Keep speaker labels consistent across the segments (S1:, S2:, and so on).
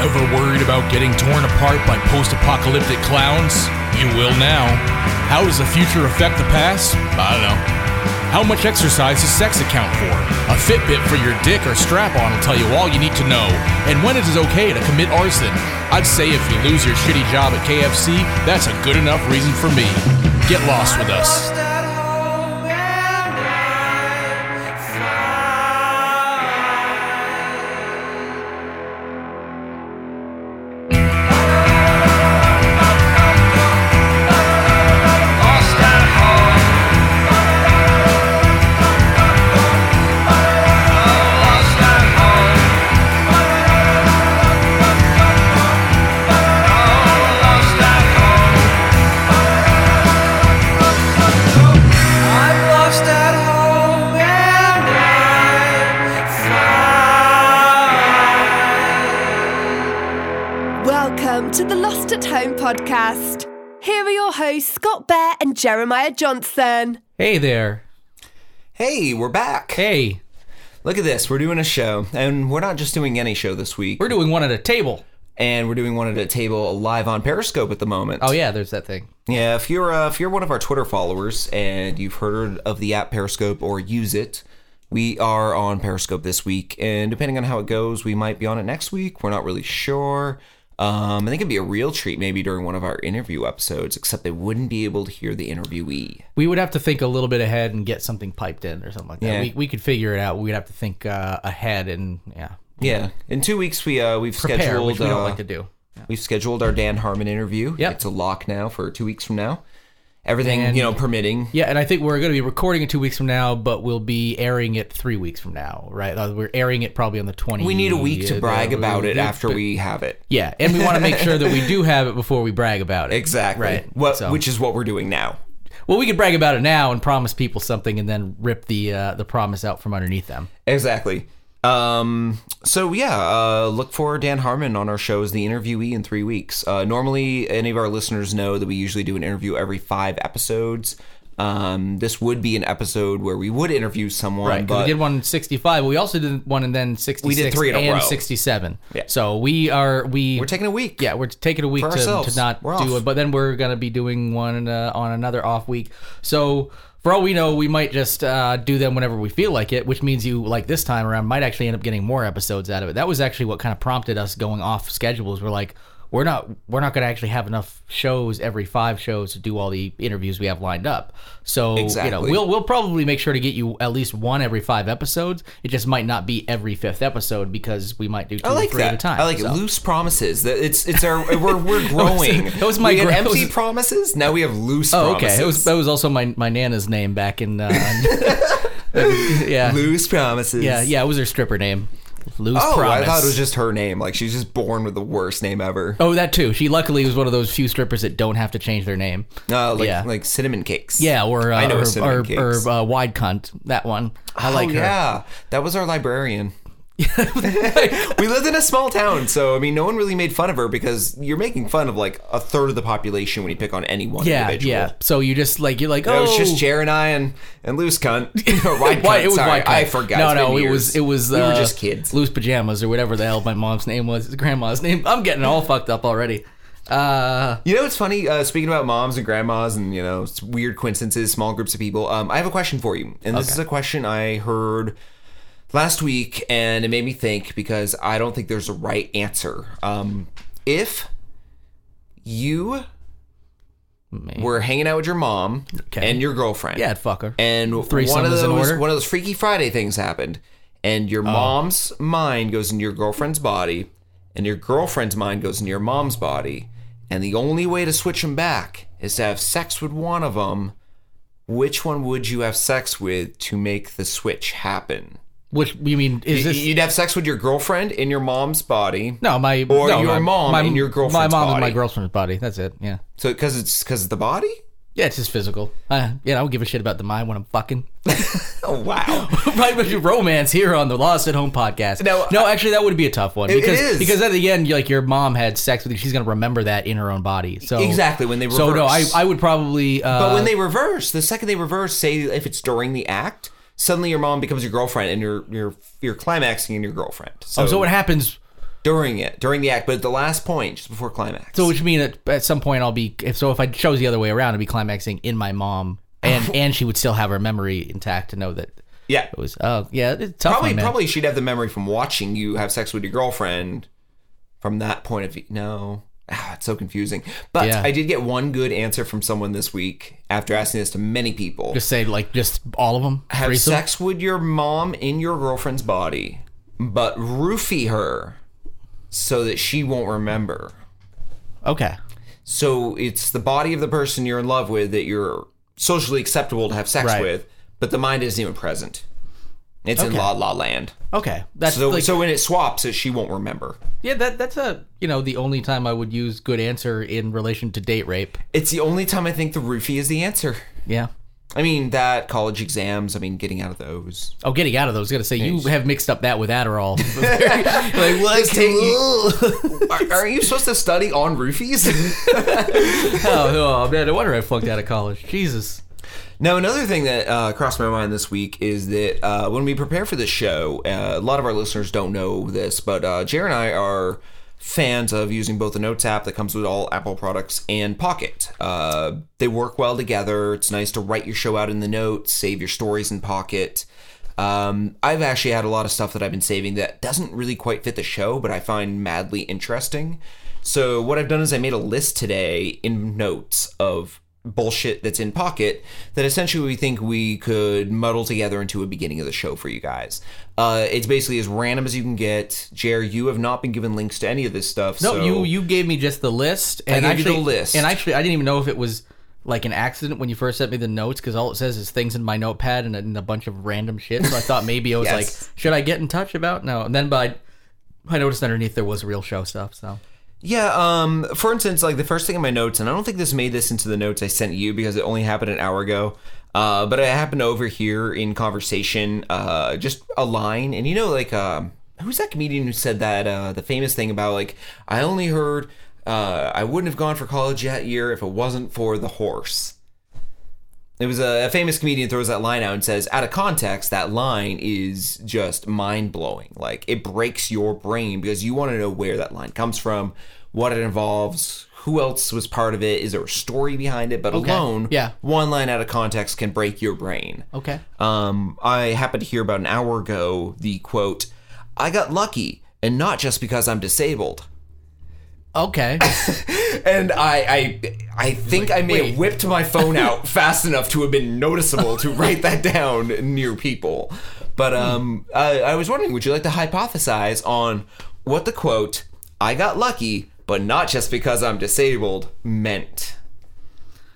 S1: ever worried about getting torn apart by post apocalyptic clowns? You will now. How does the future affect the past? I don't know. How much exercise does sex account for? A Fitbit for your dick or strap on will tell you all you need to know. And when it is okay to commit arson. I'd say if you lose your shitty job at KFC, that's a good enough reason for me. Get lost with us.
S2: Welcome to the Lost at Home podcast. Here are your hosts, Scott Bear and Jeremiah Johnson.
S3: Hey there.
S4: Hey, we're back.
S3: Hey,
S4: Look at this. We're doing a show, and we're not just doing any show this week.
S3: we're doing one at a table.
S4: and we're doing one at a table live on Periscope at the moment.
S3: Oh yeah, there's that thing.
S4: Yeah, if you're uh, if you're one of our Twitter followers and you've heard of the app Periscope or use it, we are on Periscope this week, and depending on how it goes, we might be on it next week. We're not really sure. Um, I think it'd be a real treat maybe during one of our interview episodes, except they wouldn't be able to hear the interviewee.
S3: We would have to think a little bit ahead and get something piped in or something like that.
S4: Yeah.
S3: We, we could figure it out. We'd have to think uh, ahead and yeah,
S4: Yeah, in two weeks we uh, we've
S3: prepare,
S4: scheduled
S3: which we don't
S4: uh,
S3: like to do.
S4: We've scheduled our Dan Harmon interview.
S3: Yep.
S4: It's a lock now for two weeks from now. Everything,
S3: And-
S4: you know, permitting.
S3: Yeah, and I think we're going to be recording it two weeks from now, but we'll be airing it three weeks from now, right? Uh, We're airing it probably on the 20th.
S4: We need a week to brag about it after
S3: but-
S4: we have it.
S3: Yeah, and we want to make sure that we do have it before we brag about it.
S4: Exactly.
S3: Right.
S4: What,
S3: So-
S4: Which is what we're doing now.
S3: Well, we could brag about it now and promise people something, and then rip the uh, the promise out from underneath them.
S4: Exactly. Um, so yeah, uh, look for Dan Harmon on our show as the interviewee in three weeks. Uh, normally, any of our listeners know that we usually do an interview every five episodes. Um, this would be an episode where we would interview someone,
S3: Right, 'cause
S4: Um, but
S3: we did one in 65. We also did one and then 66
S4: three in a
S3: and
S4: row.
S3: 67.
S4: Yeah.
S3: So we are we
S4: we're taking a week.
S3: yeah we're taking a week
S4: For
S3: to, to
S4: ourselves.
S3: not
S4: We're
S3: do
S4: off.
S3: it, but then we're gonna be doing one uh, on another off week. So for all we know, we might just uh, do them whenever we feel like it, which means you like this time around might actually end up getting more episodes out of it. That was actually what kind of prompted us going off schedules. We're like. We're not we're not going to actually have enough shows every five shows to do all the interviews we have lined up. So you know
S4: Exactly.
S3: we'll we'll probably make sure to get you at least one every five episodes. It just might not be every fifth episode because we might do two
S4: I like
S3: or three
S4: that.
S3: at a time.
S4: I like
S3: so.
S4: it. loose promises. That It's it's our we're we're growing.
S3: that was my
S4: we had
S3: gro-
S4: empty
S3: that was-
S4: promises. Now we have loose.
S3: Oh,
S4: promises.
S3: okay. It was, that was also my, my nana's name back in. Uh, yeah.
S4: loose promises.
S3: Yeah. Yeah. It was her stripper name. Lose
S4: Oh,
S3: promise.
S4: I thought it was just her name. Like she's just born with the worst name ever.
S3: Oh, that too. She luckily was one of those few strippers that don't have to change their name.
S4: Uh, like
S3: yeah.
S4: like cinnamon cakes.
S3: yeah, or uh,
S4: I know
S3: or,
S4: it's cinnamon
S3: or,
S4: cakes.
S3: or, uh, wide cunt. That one. I
S4: Oh,
S3: like her.
S4: Yeah, that was our librarian. we lived in a small town, so I mean, no one really made fun of her because you're making fun of like a third of the population when you pick on any one
S3: Yeah.
S4: individual.
S3: Yeah. So you just like you're like oh.
S4: It was just Jer and I and and loose cunt. Or wide
S3: Why-
S4: cunt,
S3: it was
S4: sorry.
S3: wide cunt.
S4: I forgot.
S3: No,
S4: It's
S3: no,
S4: been
S3: it
S4: years.
S3: was it was.
S4: We were
S3: uh,
S4: just kids.
S3: Loose pajamas or whatever the hell my mom's name was. His grandma's name. I'm getting all fucked up already. Uh,
S4: You know, it's funny. Uh, speaking about moms and grandmas and you know s- weird coincidences, small groups of people. Um, I have a question for you, and this is a question I heard last week, and it made me think because I don't think there's a right answer. Um, if you were hanging out with your mom
S3: Okay.
S4: and your girlfriend,
S3: yeah, I'd fuck her.
S4: and
S3: Threesome
S4: one of
S3: is
S4: those
S3: in order? Oh.
S4: one of those Freaky Friday things happened, and your mom's mind goes into your girlfriend's body, and your girlfriend's mind goes into your mom's body, and the only way to switch them back is to have sex with one of them. Which one would you have sex with to make the switch happen?
S3: Which you mean is
S4: Y-
S3: this?
S4: You'd have sex with your girlfriend in your mom's body.
S3: No, my
S4: Or
S3: no,
S4: your
S3: my,
S4: mom
S3: my,
S4: and your
S3: My
S4: girlfriend's
S3: mom and
S4: body.
S3: my girlfriend's body. That's it. Yeah,
S4: So because it's because the body.
S3: yeah. It's just physical. Uh, yeah, I don't give a shit about the mind when I'm fucking.
S4: Oh wow.
S3: right with your romance here on the Lost at Home podcast.
S4: No,
S3: no, actually, that would be a tough one
S4: It- it
S3: because
S4: is.
S3: because at the end, like your mom had sex with you, she's gonna remember that in her own body. So
S4: Exactly, when they
S3: So no, I
S4: reverse.
S3: I would probably. Uh,
S4: But when they reverse, the second they reverse, say if it's during the act, suddenly your mom becomes your girlfriend and you're you're you're climaxing in your girlfriend. So,
S3: oh, so what happens?
S4: during it, during the act, but at the last point, just before climax.
S3: So which mean at, at some point I'll be if so if I chose the other way around, I'd be climaxing in my mom, and and she would still have her memory intact to know that
S4: yeah,
S3: it was. Oh yeah, it's a tough.
S4: probably
S3: one, man.
S4: probably she'd have the memory from watching you have sex with your girlfriend from that point of view. No. Ah, it's so confusing. But
S3: Yeah.
S4: I did get one good answer from someone this week after asking this to many people.
S3: just say like just all of them.
S4: have
S3: threesome?
S4: sex with your mom in your girlfriend's body, but roofie her so that she won't remember.
S3: Okay.
S4: So it's the body of the person you're in love with that you're socially acceptable to have sex
S3: Right.
S4: with, but the mind isn't even present. It's in
S3: Okay.
S4: La La Land.
S3: Okay. That's
S4: So,
S3: like,
S4: so when it swaps, it, she won't remember.
S3: yeah. That that's a you know the only time I would use good answer in relation to date rape.
S4: It's the only time I think the roofie is the answer.
S3: Yeah.
S4: I mean, that, college exams, I mean, getting out of those.
S3: Oh, getting out of those. I was gonna say you have mixed up that with Adderall.
S4: Like, what? are, are you supposed to study on roofies?
S3: oh, oh man, no wonder I flunked out of college. Jesus.
S4: Now, another thing that uh, crossed my mind this week is that uh, when we prepare for this show, uh, a lot of our listeners don't know this, but uh, Jer and I are fans of using both the Notes app that comes with all Apple products and Pocket. Uh, they work well together. It's nice to write your show out in the notes, save your stories in Pocket. Um, I've actually had a lot of stuff that I've been saving that doesn't really quite fit the show, but I find madly interesting. So what I've done is I made a list today in notes of bullshit that's in pocket that essentially we think we could muddle together into a beginning of the show for you guys. Uh, it's basically as random as you can get. Jer, you have not been given links to any of this stuff.
S3: No,
S4: so
S3: you you gave me just the list, and
S4: gave you the
S3: actually,
S4: list.
S3: and actually, I didn't even know if it was like an accident when you first sent me the notes because all it says is things in my notepad and, and a bunch of random shit. So I thought maybe I was
S4: Yes.
S3: like, should I get in touch about no? And then, but I, I noticed underneath there was real show stuff. So
S4: Yeah, um, for instance, like the first thing in my notes, and I don't think this made this into the notes I sent you because it only happened an hour ago. Uh, but it happened over here in conversation, uh, just a line, and you know, like um, who's that comedian who said that uh, the famous thing about like I only heard uh, I wouldn't have gone for college that year if it wasn't for the horse. It was a, a famous comedian throws that line out and says, out of context, that line is just mind blowing. Like it breaks your brain because you want to know where that line comes from, what it involves, who else was part of it, is there a story behind it? But alone,
S3: Yeah.
S4: one line out of context can break your brain.
S3: okay,
S4: Um, I happened to hear about an hour ago the quote, "I got lucky, and not just because I'm disabled."
S3: okay,
S4: And I, I, I think I may
S3: wait.
S4: have whipped my phone out fast enough to have been noticeable to write that down near people. But
S3: Hmm.
S4: um, I, I was wondering, would you like to hypothesize on what the quote "I got lucky, but not just because I'm disabled" meant?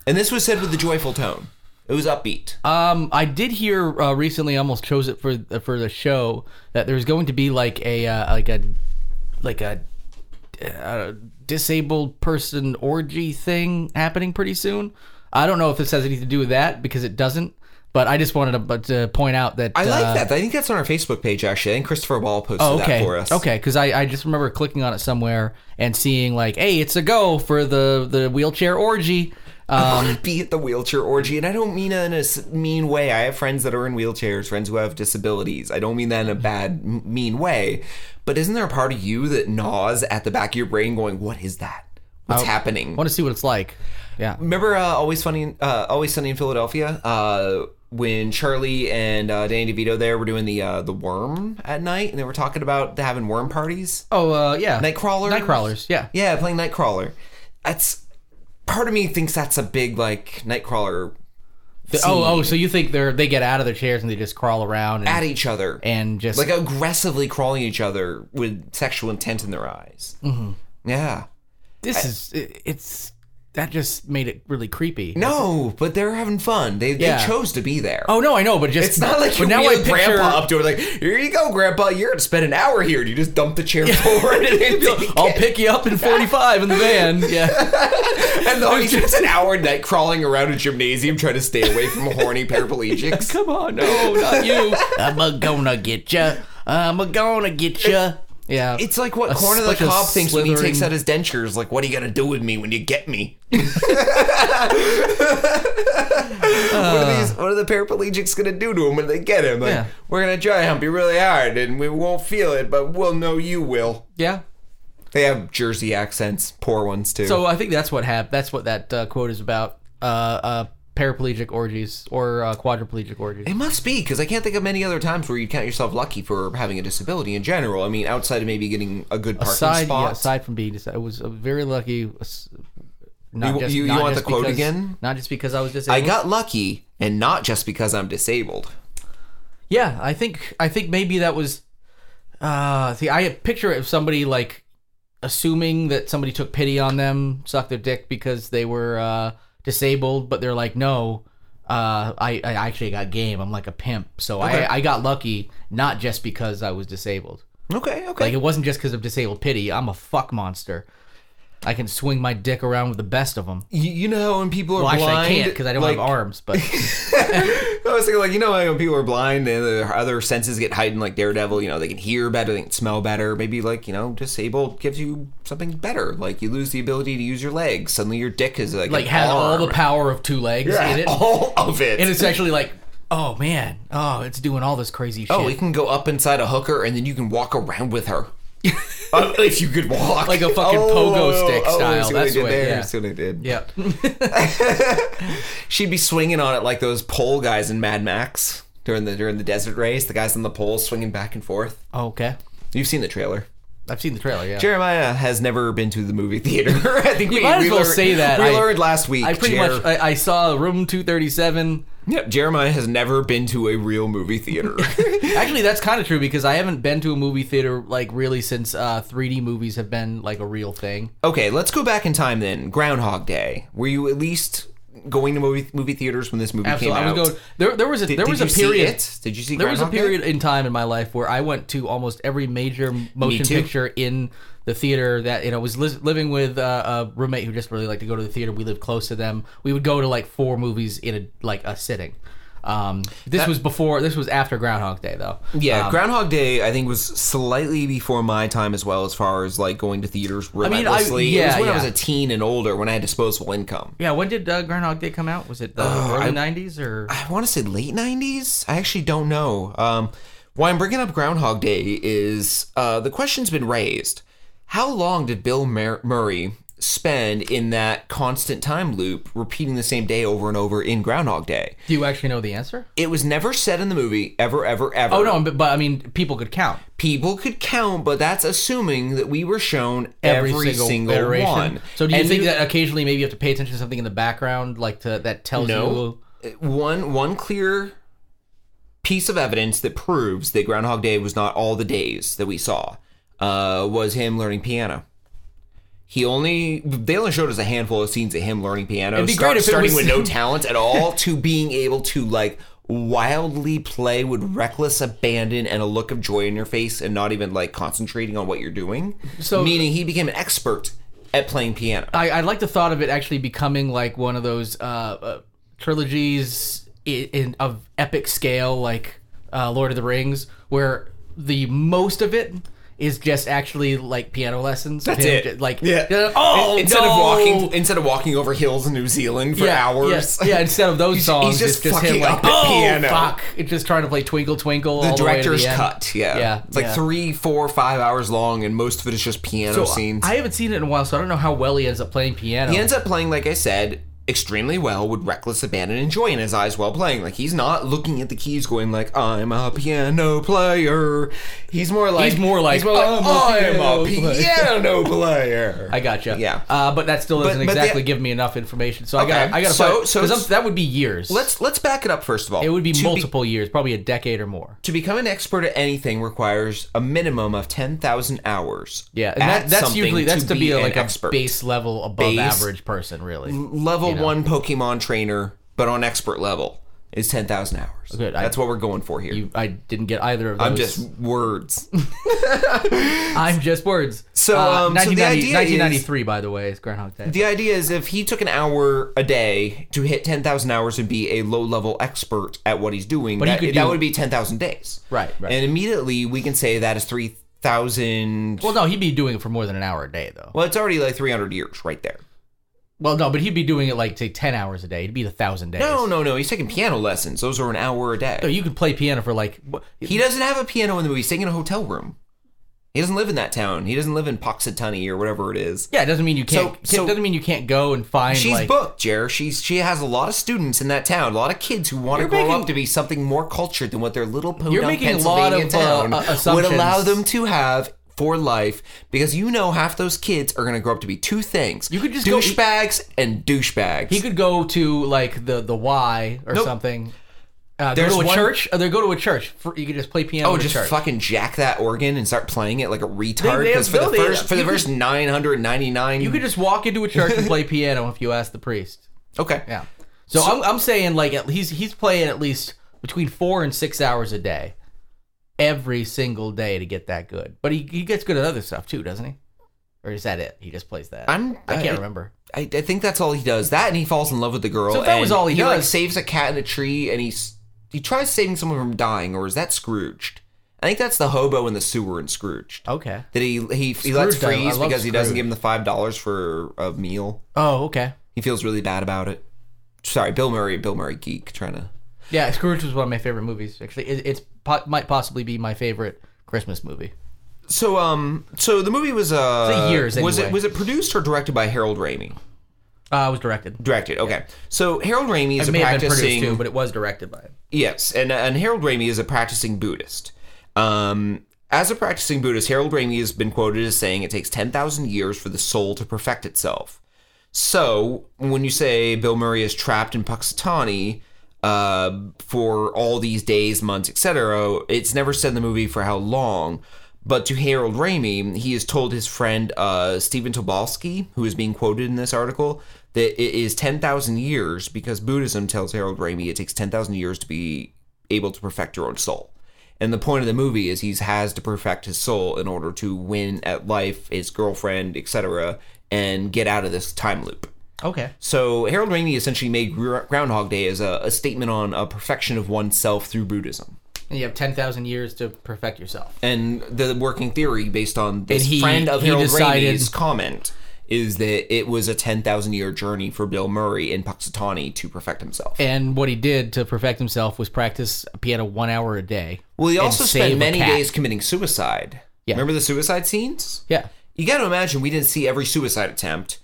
S4: And this was said with a joyful tone. It was upbeat.
S3: um, I did hear uh, recently. I almost chose it for uh, for the show that there's going to be like a uh, like a like a uh, disabled person orgy thing happening pretty soon. I don't know if this has anything to do with that because it doesn't. But I just wanted to, but to point out that
S4: I
S3: uh,
S4: like that. I think that's on our Facebook page actually. I think Christopher Ball posted
S3: Oh, okay.
S4: that for us.
S3: Okay, because I, I just remember clicking on it somewhere and seeing like, hey, it's a go for the the wheelchair orgy.
S4: I
S3: Um,
S4: want to be at the wheelchair orgy, and I don't mean it in a s- mean way. I have friends that are in wheelchairs, friends who have disabilities. I don't mean that in a bad, m- mean way. But isn't there a part of you that gnaws at the back of your brain, going, "What is that? What's happening?"
S3: I want to see what it's like. Yeah.
S4: Remember, uh, always funny, in- uh, always sunny in Philadelphia. Uh, when Charlie and uh, Danny DeVito there were doing the uh, the worm at night, and they were talking about having worm parties.
S3: Oh, uh, yeah.
S4: Nightcrawlers?
S3: Nightcrawlers. Yeah.
S4: Yeah, playing Nightcrawler. That's part of me thinks that's a big like Nightcrawler
S3: Oh, oh. So you think they're they get out of their chairs and they just crawl around and,
S4: at each other
S3: and just
S4: like aggressively crawling each other with sexual intent in their eyes. Mm-hmm. Yeah.
S3: this is it, it's that just made it really creepy.
S4: No, but they're having fun. They,
S3: Yeah.
S4: they chose to be there.
S3: Oh no, I know, but just
S4: It's not like
S3: but
S4: you
S3: now
S4: now
S3: I
S4: wheel
S3: picture-
S4: grandpa up to it like, here you go, grandpa. You're gonna spend an hour here. And you just dump the chair forward and, take
S3: I'll
S4: it.
S3: pick you up in 45 in the van. Yeah.
S4: and the he spends an hour night crawling around a gymnasium trying to stay away from horny paraplegics.
S3: Come on, no, not you. I'm a gonna get ya. I'm a gonna get ya. Yeah.
S4: It's like what
S3: A
S4: Corner the
S3: bunch of
S4: Cob thinks when he takes
S3: slithering-
S4: out his dentures. Like, what are you gonna do with me when you get me? what, are these, what are the paraplegics gonna do to him when they get him? Like,
S3: Uh. Yeah.
S4: We're gonna dry hump you really hard, and we won't feel it, but we'll know you will.
S3: yeah.
S4: They have Jersey accents, poor ones too.
S3: So uh, I think that's what hap- That's what that uh, quote is about. Uh, uh, paraplegic orgies or uh, quadriplegic orgies.
S4: It must be because I can't think of many other times where you count yourself lucky for having a disability in general. I mean, outside of maybe getting a good parking
S3: Aside,
S4: spot.
S3: yeah, aside from being, dis- I was uh, very lucky. uh, s- Not
S4: You-
S3: just,
S4: you- you
S3: not
S4: want
S3: just
S4: the quote
S3: because-
S4: again?
S3: Not just because I was disabled.
S4: I got lucky, and not just because I'm disabled.
S3: Yeah, I think I think maybe that was. Uh, see, I picture it of somebody like assuming that somebody took pity on them, sucked their dick because they were uh, disabled, but they're like, no, uh, I, I actually got game. I'm like a pimp, so
S4: Okay.
S3: I I got lucky, not just because I was disabled.
S4: Okay, okay.
S3: Like it wasn't just because of disabled pity. I'm a fuck monster. I can swing my dick around with the best of them.
S4: you, you know how when people are
S3: Well, actually,
S4: blind,
S3: I can't because I don't
S4: like,
S3: have arms. But
S4: I was thinking, like, you know, how when people are blind and their other senses get heightened, like Daredevil, you know, they can hear better, they can smell better. Maybe, like, you know, disabled gives you something better. Like, you lose the ability to use your legs. Suddenly, your dick is like,
S3: like
S4: an
S3: had all
S4: arm.
S3: the power of two legs in it.
S4: all of it.
S3: And it's actually like, oh man, oh, it's doing all this crazy shit.
S4: oh, it can go up inside a hooker and then you can walk around with her. Uh, if you could walk.
S3: Like a fucking pogo stick
S4: I
S3: style.
S4: see what
S3: That's
S4: I did
S3: what-
S4: there.
S3: yeah.
S4: I see what I did.
S3: yeah.
S4: She'd be swinging on it like those pole guys in Mad Max during the during the desert race. The guys on the poles swinging back and forth.
S3: Oh, okay.
S4: You've seen the trailer.
S3: I've seen the trailer, yeah.
S4: Jeremiah has never been to the movie theater. I think we,
S3: might as
S4: we
S3: well
S4: learned,
S3: say that.
S4: We
S3: I-
S4: learned last week.
S3: I pretty
S4: Jer-
S3: much uh, I, I saw Room 237.
S4: Yep, Jeremiah has never been to a real movie theater.
S3: Actually, that's kind of true because I haven't been to a movie theater like really since uh, 3D movies have been like a real thing.
S4: okay, let's go back in time then. Groundhog Day. Were you at least going to movie movie theaters when this movie
S3: Absolutely.
S4: came
S3: I
S4: out?
S3: was going there there was a there
S4: Did
S3: was
S4: you
S3: a
S4: see
S3: period
S4: it? Did you see
S3: There was a
S4: Groundhog Day?
S3: period in time in my life where I went to almost every major motion
S4: too.
S3: picture in the theater that you know was li- living with uh, a roommate who just really liked to go to the theater. We lived close to them. We would go to like four movies in a like a sitting. Um, this was before. This was after Groundhog Day, though. Um,
S4: Yeah, Groundhog Day I think was slightly before my time as well as far as like going to theaters
S3: mean, I-
S4: relentlessly. it was
S3: yeah,
S4: when I
S3: yeah.
S4: was a teen and older when I had disposable income.
S3: Yeah. When did uh, Groundhog Day come out? Was it the early '90s or?
S4: Oh, I want to say late 90s. I actually don't know. Um, why I'm bringing up Groundhog Day is uh, the question's been raised. How long did Bill Mur- Murray spend in that constant time loop repeating the same day over and over in Groundhog Day?
S3: Do you actually know the answer?
S4: It was never said in the movie, ever, ever, ever.
S3: Oh no, but, but I mean, people could count.
S4: People could count, but that's assuming that we were shown
S3: every,
S4: every,
S3: single,
S4: single,
S3: iteration.
S4: one.
S3: So do you
S4: And
S3: think
S4: you-
S3: that occasionally maybe you have to pay attention to something in the background, like to, that tells
S4: No. Uh, one one clear piece of evidence that proves that Groundhog Day was not all the days that we saw uh, was him learning piano. He only they only showed us a handful of scenes of him learning piano,
S3: It'd be
S4: start-
S3: great if it
S4: starting
S3: was-
S4: with no talent at all to being able to like wildly play with reckless abandon and a look of joy in your face and not even like concentrating on what you're doing.
S3: So-
S4: meaning he became an expert at playing piano.
S3: you? I, I like the thought of it actually becoming like one of those uh, uh, trilogies in, in of epic scale, like uh, Lord of the Rings, where the most of it is just actually like piano lessons. That's
S4: it.
S3: Like
S4: Yeah.
S3: Oh,
S4: instead
S3: no!
S4: of walking instead of walking over hills in New Zealand for
S3: yeah,
S4: hours.
S3: Yeah, yeah, instead of those songs,
S4: he's just
S3: it's just him
S4: fucking
S3: like,
S4: up at
S3: oh,
S4: piano."
S3: fuck. It's just trying to play Twinkle Twinkle.
S4: The
S3: all way to
S4: director's
S3: end.
S4: cut, yeah.
S3: Yeah,
S4: It's like
S3: yeah.
S4: three, four, five hours long, and most of it is just piano
S3: So, uh,
S4: scenes.
S3: I haven't seen it in a while, so I don't know how well he ends up playing piano.
S4: he ends up playing, like I said, extremely well with reckless abandon and joy in his eyes while playing. Like he's not looking at the keys going like, I'm a piano player. He's more like
S3: He's more like, "I'm a
S4: I'm a
S3: piano player."
S4: piano player.
S3: I gotcha.
S4: Yeah.
S3: Uh, but that still doesn't
S4: but the-
S3: exactly give me enough information. So
S4: Okay,
S3: I got. I got to
S4: so-
S3: find.
S4: so
S3: So,
S4: it's-
S3: that would be years.
S4: Let's let's back it up first of all.
S3: It would be
S4: To
S3: multiple years, probably a decade or more.
S4: to become an expert at anything requires a minimum of 10,000 hours.
S3: Yeah, and
S4: at
S3: that, that's
S4: something
S3: usually that's to be,
S4: an
S3: like a
S4: expert.
S3: base level above
S4: Base- Mm.
S3: average person, really.
S4: level
S3: you know.
S4: 1 Pokemon trainer but on expert level is 10,000 hours.
S3: Good, I-
S4: That's what we're going for here.
S3: You, I didn't get either of those.
S4: I'm just words.
S3: I'm just words.
S4: So,
S3: Uh,
S4: um, so the
S3: 1990
S4: idea is-
S3: 1993, by the way, is Groundhog Day.
S4: the idea is if he took an hour a day to hit 10,000 hours and be a low level expert at what he's doing,
S3: he
S4: that,
S3: could
S4: that
S3: do-
S4: would be 10,000 days.
S3: Right, right.
S4: And immediately we can say that is 3,000
S3: well, no, he'd be doing it for more than an hour a day, though.
S4: well, it's already like 300 years right there.
S3: Well, no, but he'd be doing it like say 10 hours a day. It'd be the thousand days.
S4: No, no, no. He's taking piano lessons. Those are an hour a day.
S3: No, you could play piano for like. wh-
S4: He doesn't have a piano in the movie. He's staying in a hotel room. He doesn't live in that town. He doesn't live in Poxitani or whatever it is.
S3: Yeah, it doesn't mean you can't.
S4: So- so-
S3: it doesn't mean you can't go and find.
S4: She's
S3: like,
S4: booked, Jer. She's she has a lot of students in that town, a lot of kids who want to
S3: You're
S4: grow
S3: making-
S4: up to be something more cultured than what their little podunk
S3: You're making a lot
S4: Pennsylvania
S3: of, uh,
S4: town
S3: uh,
S4: would allow
S3: assumptions.
S4: them to have for life, because you know half those kids are going to grow up to be two things:
S3: You could just go-
S4: douchebags and douchebags.
S3: He could go to like the the Y or
S4: Nope.
S3: something. Uh, go
S4: There's
S3: to a
S4: one-
S3: church. Or they go to a church. For, you could just play piano.
S4: Oh,
S3: at a
S4: just
S3: church.
S4: fucking jack that organ and start playing it like a retard.
S3: they have-
S4: Because for the
S3: no, they-
S4: first for the
S3: you
S4: first nine hundred ninety nine,
S3: You could just walk into a church and play piano if you ask the priest.
S4: okay,
S3: Yeah. So, I'm, I'm saying like at he's he's playing at least between four and six hours a day, every single day to get that good. But he, he gets good at other stuff too, doesn't he? Or is that it? He just plays that.
S4: I'm-
S3: I can't
S4: I-
S3: remember.
S4: I, I think that's all he does. That and he falls in love with the girl.
S3: So if that was
S4: and
S3: all he
S4: like,
S3: does-
S4: saves a cat in a tree, and he's he tries saving someone from dying, or is that Scrooged? I think that's the hobo in the sewer in Scrooged.
S3: Okay.
S4: That he he, he lets
S3: Oh. Scrooged, I- I
S4: freeze
S3: love
S4: because he doesn't
S3: Scrooged.
S4: give him the five dollars for a meal.
S3: Oh, okay.
S4: He feels really bad about it. Sorry, Bill Murray, Bill Murray geek, trying to.
S3: Yeah, Scrooge was one of my favorite movies. Actually, it, it's po- might possibly be my favorite Christmas movie.
S4: So um, so the movie was uh
S3: Say years,
S4: was it
S3: anyway.
S4: was it produced or directed by Harold Ramis?
S3: Uh, it was directed.
S4: Directed. Okay. So Harold Ramis is
S3: It
S4: a
S3: may have been produced
S4: practicing.
S3: too, but it was directed by him.
S4: Yes, and uh, and Harold Ramey is a practicing Buddhist. Um, as a practicing Buddhist, Harold Ramey has been quoted as saying it takes ten thousand years for the soul to perfect itself. So when you say Bill Murray is trapped in Puxatani uh, for all these days, months, etc., it's never said in the movie for how long. But to Harold Ramey, he has told his friend uh, Stephen Tobolsky, who is being quoted in this article, that it is 10,000 years because Buddhism tells Harold Ramey it takes 10,000 years to be able to perfect your own soul. And the point of the movie is he's has to perfect his soul in order to win at life, his girlfriend, etc., and get out of this time loop.
S3: Okay.
S4: So Harold Ramey essentially made Gr- Groundhog Day as a, a statement on a perfection of oneself through Buddhism.
S3: And you have ten thousand years to perfect yourself.
S4: And the working theory based on this
S3: And he-
S4: friend of
S3: he
S4: Harold
S3: decided-
S4: Ramey's comment is that it was a 10,000 year journey for Bill Murray in Puxatani to perfect himself.
S3: And what he did to perfect himself was practice piano one hour a day.
S4: Well, he
S3: and
S4: also
S3: save a
S4: spent many
S3: cat.
S4: days committing suicide.
S3: Yeah.
S4: Remember the suicide scenes?
S3: Yeah.
S4: You got to imagine we didn't see every suicide attempt.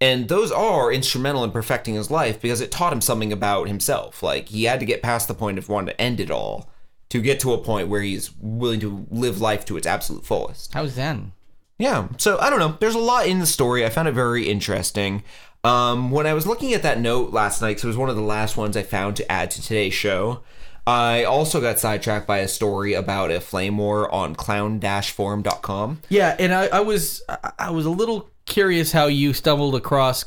S4: And those are instrumental in perfecting his life because it taught him something about himself. Like, he had to get past the point of wanting to end it all to get to a point where he's willing to live life to its absolute fullest.
S3: How's Zen?
S4: Yeah. So I don't know. There's a lot in the story. I found it very interesting. Um, when I was looking at that note last night, 'cause it was one of the last ones I found to add to today's show. I also got sidetracked by a story about a flame war on clown-forum.com.
S3: Yeah, and I, I was I- I was a little curious how you stumbled across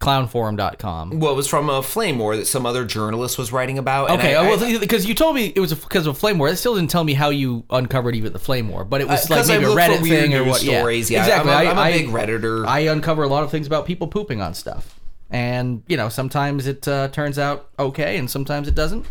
S3: clownforum.com.
S4: Well, it was from a flame war that some other journalist was writing about. and
S3: Okay, oh,
S4: I- I-
S3: well, because you told me it was because of flame war. That still didn't tell me how you uncovered even the flame war, but it was like
S4: Uh, I
S3: maybe a
S4: look
S3: Reddit
S4: for weird
S3: thing or
S4: news
S3: what. yeah.
S4: Stories. Yeah,
S3: exactly.
S4: I'm a- I'm a
S3: I- I-
S4: big redditor.
S3: I uncover a lot of things about people pooping on stuff, and you know sometimes it uh, turns out okay, and sometimes it doesn't.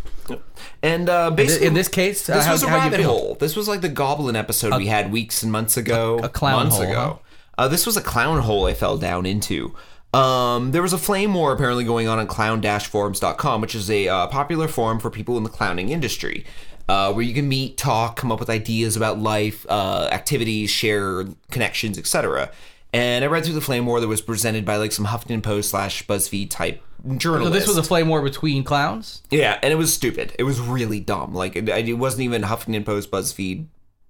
S4: and uh, basically,
S3: in this case, uh,
S4: this
S3: how-
S4: was a
S3: how you
S4: rabbit
S3: feel?
S4: hole. This was like the goblin episode we had weeks and months ago.
S3: a clown
S4: months
S3: hole,
S4: ago. Uh, this was a clown hole I fell down into. Um, there was a flame war apparently going on on clown-forums.com, which is a uh, popular forum for people in the clowning industry, uh, where you can meet, talk, come up with ideas about life, uh, activities, share connections, etc. And I read through the flame war that was presented by like some Huffington Post slash BuzzFeed type journalist.
S3: So this was a flame war between clowns.
S4: Yeah, and it was stupid. It was really dumb. Like it, it wasn't even Huffington Post, BuzzFeed,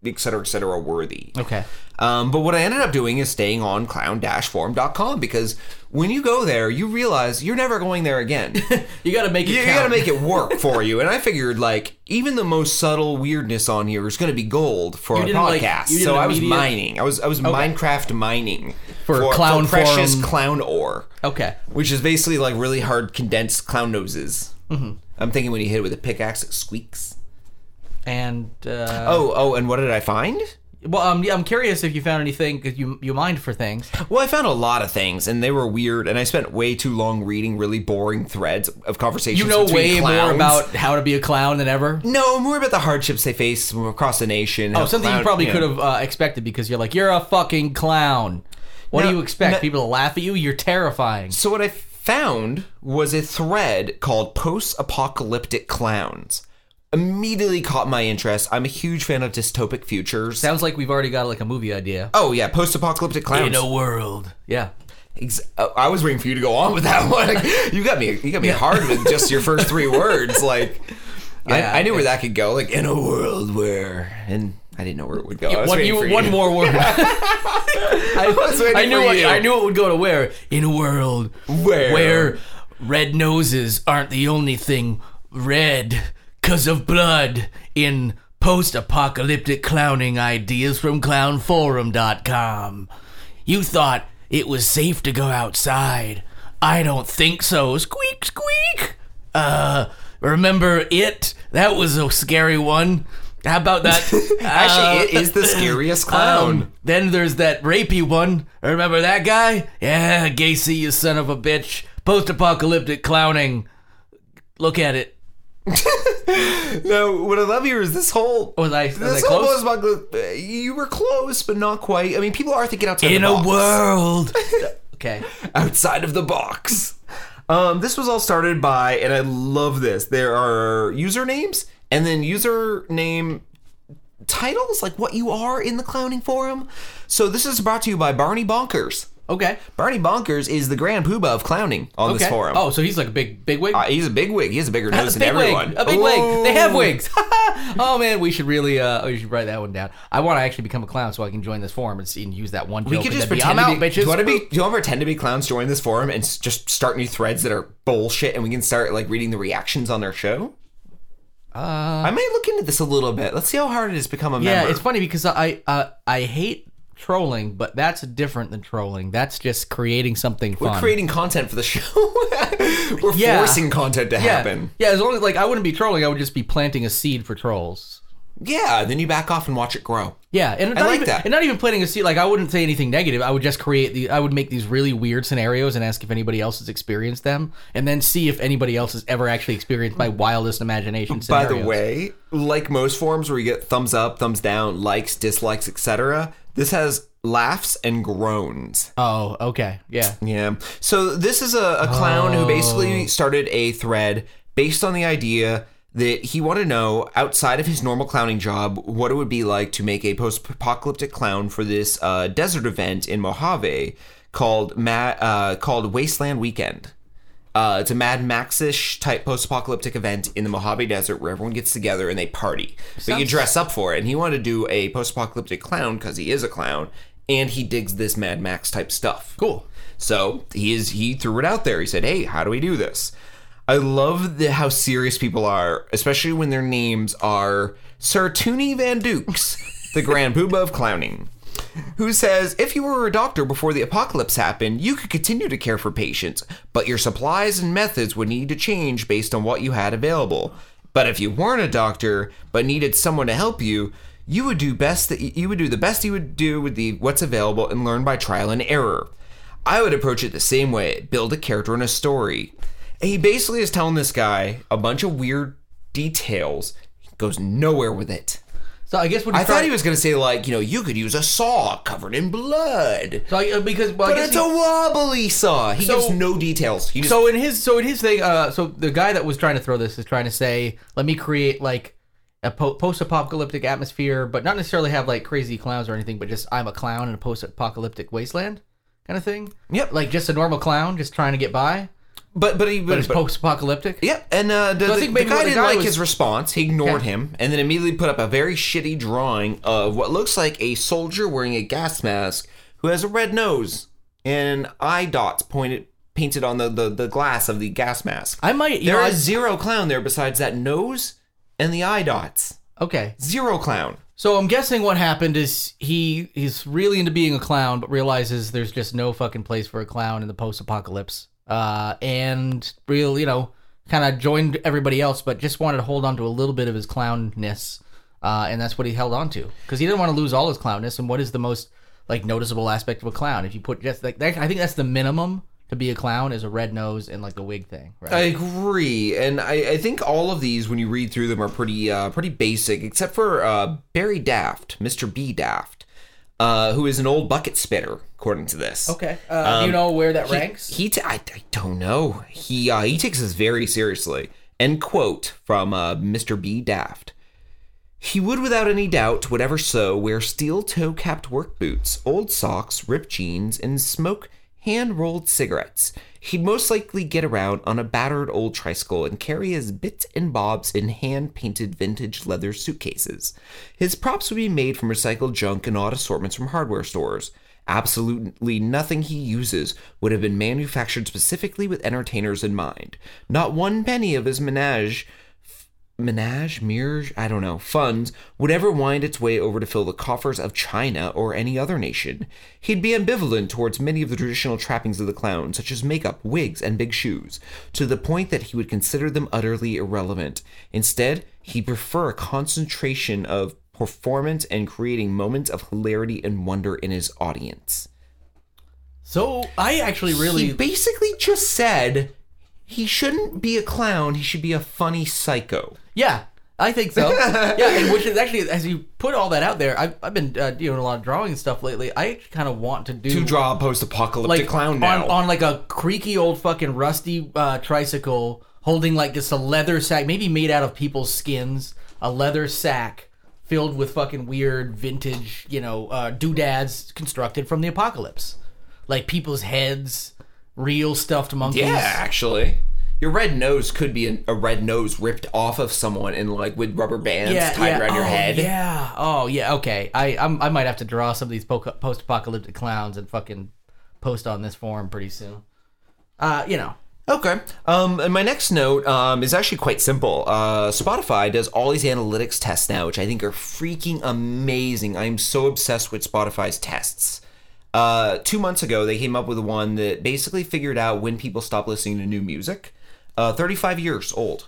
S4: et cetera, et cetera, worthy.
S3: Okay.
S4: Um, but what I ended up doing is staying on clown-forum.com because when you go there, you realize you're never going there again.
S3: You got to make it.
S4: you, you
S3: count.
S4: gotta make it work for you. And I figured like even the most subtle weirdness on here is gonna be gold for
S3: You
S4: a
S3: didn't, like-
S4: podcast.
S3: you didn't
S4: so I was
S3: immediate-
S4: mining. I was I was Minecraft mining
S3: For clown
S4: precious
S3: forum-
S4: clown ore
S3: Okay.
S4: which is basically like really hard condensed clown noses.
S3: Mm-hmm.
S4: I'm thinking when you hit it with a pickaxe, it squeaks.
S3: And uh,
S4: Oh, oh, and what did I find?
S3: Well, um, yeah, I'm curious if you found anything because you you mind for things.
S4: Well, I found a lot of things, and they were weird. And I spent way too long reading really boring threads of conversations.
S3: You know
S4: between
S3: way more
S4: clowns.
S3: about how to be a clown than ever.
S4: no more about the hardships they face across the nation.
S3: Oh, something you probably could have uh, expected because you're like you're a fucking clown. What
S4: No,
S3: do you expect?
S4: no-
S3: People to laugh at you? You're terrifying.
S4: So what I found was a thread called "Post-Apocalyptic Clowns." immediately caught my interest. I'm a huge fan of dystopic futures.
S3: Sounds like we've already got like a movie idea.
S4: Oh yeah, post-apocalyptic clowns.
S3: world. Yeah.
S4: Ex- uh, I was waiting for you to go on with that one. Like, you got me. You got me hard with just your first three words. Like,
S3: Yeah,
S4: I, I knew where that could go. Like in a world where, and I didn't know where it would go. I was
S3: One,
S4: waiting
S3: you-
S4: for you.
S3: one more word. I,
S4: was waiting
S3: I knew
S4: for
S3: what,
S4: you.
S3: I knew it would go to where in a world
S4: Where?
S3: where red noses aren't the only thing red cuz of blood in post-apocalyptic clowning ideas from clownforum.com. You thought it was safe to go outside. I don't think so. Squeak squeak. Uh remember it? That was a scary one. How about that?
S4: Actually, it
S3: Uh,
S4: is the scariest clown.
S3: um, then there's that rapey one. Remember that guy? Yeah, Gacy, you son of a bitch. Post apocalyptic clowning. Look at it.
S4: no, what I love here is this whole.
S3: Was I, was I
S4: this whole
S3: close?
S4: post-apocalyptic. You were close, but not quite. I mean, people are thinking outside
S3: In
S4: the
S3: a
S4: box.
S3: world. okay.
S4: outside of the box. Um, this was all started by, and I love this. There are usernames and then username titles, like what you are in the clowning forum. So this is brought to you by Barney Bonkers.
S3: Okay.
S4: Barney Bonkers is the grand poobah of clowning on
S3: Okay.
S4: this forum.
S3: Oh, so he's like a big, big wig?
S4: Uh, he's a big wig. He has a bigger nose
S3: a
S4: than
S3: big
S4: everyone.
S3: wig. A big wig. They have
S4: Ooh.
S3: wigs. oh man, we should really uh we should write that one down. I want to actually become a clown so I can join this forum and, see, and use that one joke.
S4: We could
S3: and
S4: just
S3: then be,
S4: pretend.
S3: I'm
S4: to
S3: out,
S4: be,
S3: bitches.
S4: do you want to be? Do you want to pretend to be clowns? Join this forum and s- just start new threads that are bullshit, and we can start like reading the reactions on their show. Uh, I may look into this a little bit. Let's see how hard it is to become a
S3: Yeah,
S4: member.
S3: it's funny because I uh, I hate trolling, but that's different than trolling. That's just creating something
S4: We're
S3: fun.
S4: creating content for the show. We're
S3: Yeah.
S4: forcing content to
S3: yeah,
S4: happen.
S3: yeah. As long as like I wouldn't be trolling, I would just be planting a seed for trolls.
S4: Yeah. Then you back off and watch it grow.
S3: Yeah, and not
S4: like
S3: even,
S4: that.
S3: and not even planting a seed. Like I wouldn't say anything negative. I would just create the. I would make these really weird scenarios and ask if anybody else has experienced them, and then see if anybody else has ever actually experienced my wildest imagination.
S4: By
S3: Scenarios.
S4: the way, like most forums where you get thumbs up, thumbs down, likes, dislikes, etc., this has laughs and groans.
S3: Oh, okay, yeah.
S4: Yeah. So this is a, a clown who basically started a thread based on the idea that he wanted to know outside of his normal clowning job what it would be like to make a post-apocalyptic clown for this uh, desert event in Mojave called Ma- uh, called Wasteland Weekend. Uh, it's a Mad Max-ish type post-apocalyptic event in the Mojave Desert where everyone gets together and they party. But you
S3: Sounds-
S4: dress up for it. And he wanted to do a post-apocalyptic clown because he is a clown, and he digs this Mad Max type stuff.
S3: Cool.
S4: So he is he threw it out there. He said, "Hey, how do we do this?" I love the how serious people are, especially when their names are Sir Toonie Van Dukes, the Grand Pooba of clowning, who says, "If you were a doctor before the apocalypse happened, you could continue to care for patients, but your supplies and methods would need to change based on what you had available. But if you weren't a doctor but needed someone to help you." You would do best that you would do the best you would do with the what's available and learn by trial and error. I would approach it the same way build a character and a story. And he basically is telling this guy a bunch of weird details. He goes nowhere with it.
S3: So I guess what
S4: I
S3: he's
S4: thought
S3: trying-
S4: he was going to say, like, you know, you could use a saw covered in blood.
S3: So I, uh, because well, I
S4: But
S3: guess
S4: it's
S3: he-
S4: a wobbly saw. He
S3: So-
S4: gives no details. He just,
S3: so in his so in his thing uh so the guy that was trying to throw this is trying to say let me create like a po- post-apocalyptic atmosphere but not necessarily have like crazy clowns or anything but just i'm a clown in a post-apocalyptic wasteland kind of thing
S4: Yep.
S3: like just a normal clown just trying to get by
S4: but but he
S3: but it's
S4: but-
S3: post-apocalyptic
S4: Yep, and uh, the,
S3: I
S4: the-
S3: think
S4: the
S3: maybe what
S4: guy
S3: the
S4: didn't
S3: guy
S4: like
S3: was-
S4: his response. He ignored
S3: Yeah.
S4: him, and then immediately put up a very shitty drawing of what looks like a soldier wearing a gas mask who has a red nose and eye dots pointed painted on the the, the glass of the gas mask.
S3: i might you
S4: There
S3: know, I-
S4: is zero clown there besides that nose and the eye dots.
S3: okay
S4: Zero clown.
S3: so i'm guessing what happened is he he's really into being a clown but realizes there's just no fucking place for a clown in the post-apocalypse uh and real you know kind of joined everybody else but just wanted to hold on to a little bit of his clownness uh and that's what he held on to because he didn't want to lose all his clownness and what is the most like noticeable aspect of a clown if you put just like that, i think that's the minimum to be a clown is a red nose and like the wig thing right
S4: I agree, and I, I think all of these, when you read through them, are pretty uh, pretty basic, except for uh, Barry Daft, Mr. B Daft, uh, who is an old bucket spitter, according to this.
S3: okay uh, do you know where that
S4: He, he ta- I, I don't know. He uh, he takes this very seriously, End quote from uh, Mr. B. Daft. He would, without any doubt, whatever so, wear steel toe capped work boots, old socks, ripped jeans, and smoke hand rolled cigarettes. He'd most likely get around on a battered old tricycle and carry his bits and bobs in hand painted vintage leather suitcases. His props would be made from recycled junk and odd assortments from hardware stores. Absolutely nothing he uses would have been manufactured specifically with entertainers in mind. Not one penny of his menage Menage, Mirage, I don't know, funds would ever wind its way over to fill the coffers of China or any other nation. He'd be ambivalent towards many of the traditional trappings of the clown, such as makeup, wigs, and big shoes, to the point that he would consider them utterly irrelevant. Instead, he'd prefer a concentration of performance and creating moments of hilarity and wonder in his audience.
S3: So I actually
S4: He
S3: really
S4: basically just said he shouldn't be a clown, he should be a funny psycho.
S3: Yeah, I think so. yeah, and which is actually, as you put all that out there, I've, I've been uh, doing a lot of drawing and stuff lately. I kind of want to do
S4: To draw a post-apocalyptic
S3: like
S4: clown now.
S3: on on like a creaky old fucking rusty uh, tricycle holding like just a leather sack, maybe made out of people's skins, a leather sack filled with fucking weird vintage, you know, uh, doodads constructed from the apocalypse, like people's heads, real stuffed monkeys.
S4: Yeah, actually. Your red nose could be an, a red nose ripped off of someone and like with rubber bands tied around your
S3: oh,
S4: head.
S3: Yeah. Oh yeah. Okay. I I'm, I might have to draw some of these post apocalyptic clowns and fucking post on this forum pretty soon. Uh, you know.
S4: Okay. Um, and my next note um, is actually quite simple. Uh, Spotify does all these analytics tests now, which I think are freaking amazing. I'm so obsessed with Spotify's tests. Uh, two months ago, they came up with one that basically figured out when people stop listening to new music. Uh, 35 years old.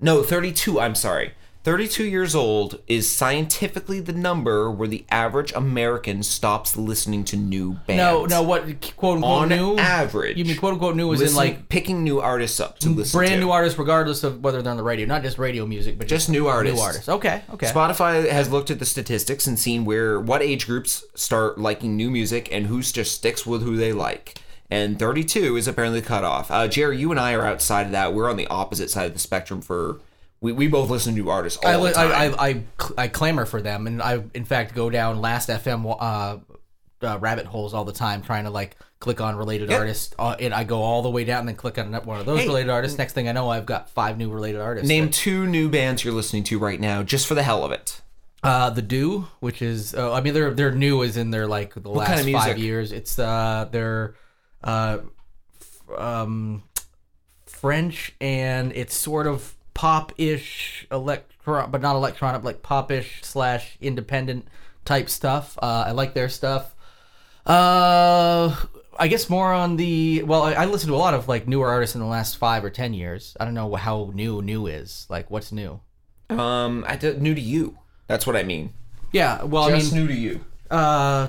S4: No, 32, I'm sorry. 32 years old is scientifically the number where the average American stops listening to new bands.
S3: No, no. What quote unquote
S4: On
S3: new?
S4: average.
S3: You mean quote unquote new is in
S4: Listen-
S3: like
S4: picking new artists up to listen
S3: brand
S4: to.
S3: new artists, regardless of whether they're on the radio, not just radio music, but
S4: Just new artists.
S3: New artists. Okay. Okay.
S4: Spotify has looked at the statistics and seen where what age groups start liking new music and who just sticks with who they like. And 32 is apparently the cutoff. Uh, Jerry, you and I are outside of that. We're on the opposite side of the spectrum for we, we both listen to new artists all
S3: I,
S4: the
S3: li-
S4: time.
S3: I, I, I, cl- I clamor for them, and I, in fact, go down Last FM uh, uh, rabbit holes all the time, trying to like click on related artists, uh, and I go all the way down, and then click on one of those related artists. Next thing I know, I've got five new related artists.
S4: Name two new bands you're listening to right now, just for the hell of it.
S3: uh, the Do, which is, uh, I mean, they're they're new, is in their like the last
S4: kind of
S3: five
S4: music?
S3: years. It's uh, they're uh, f- um, French, and it's sort of pop-ish electro, but not electronic, like pop-ish slash independent type stuff. Uh, I like their stuff. Uh, I guess more on the well. I, I listen to a lot of like newer artists in the last five or ten years. I don't know how new new is. Like, what's new?
S4: Um, I d- new to you. That's what I mean.
S3: Yeah, well, I mean,
S4: new to you.
S3: uh, uh,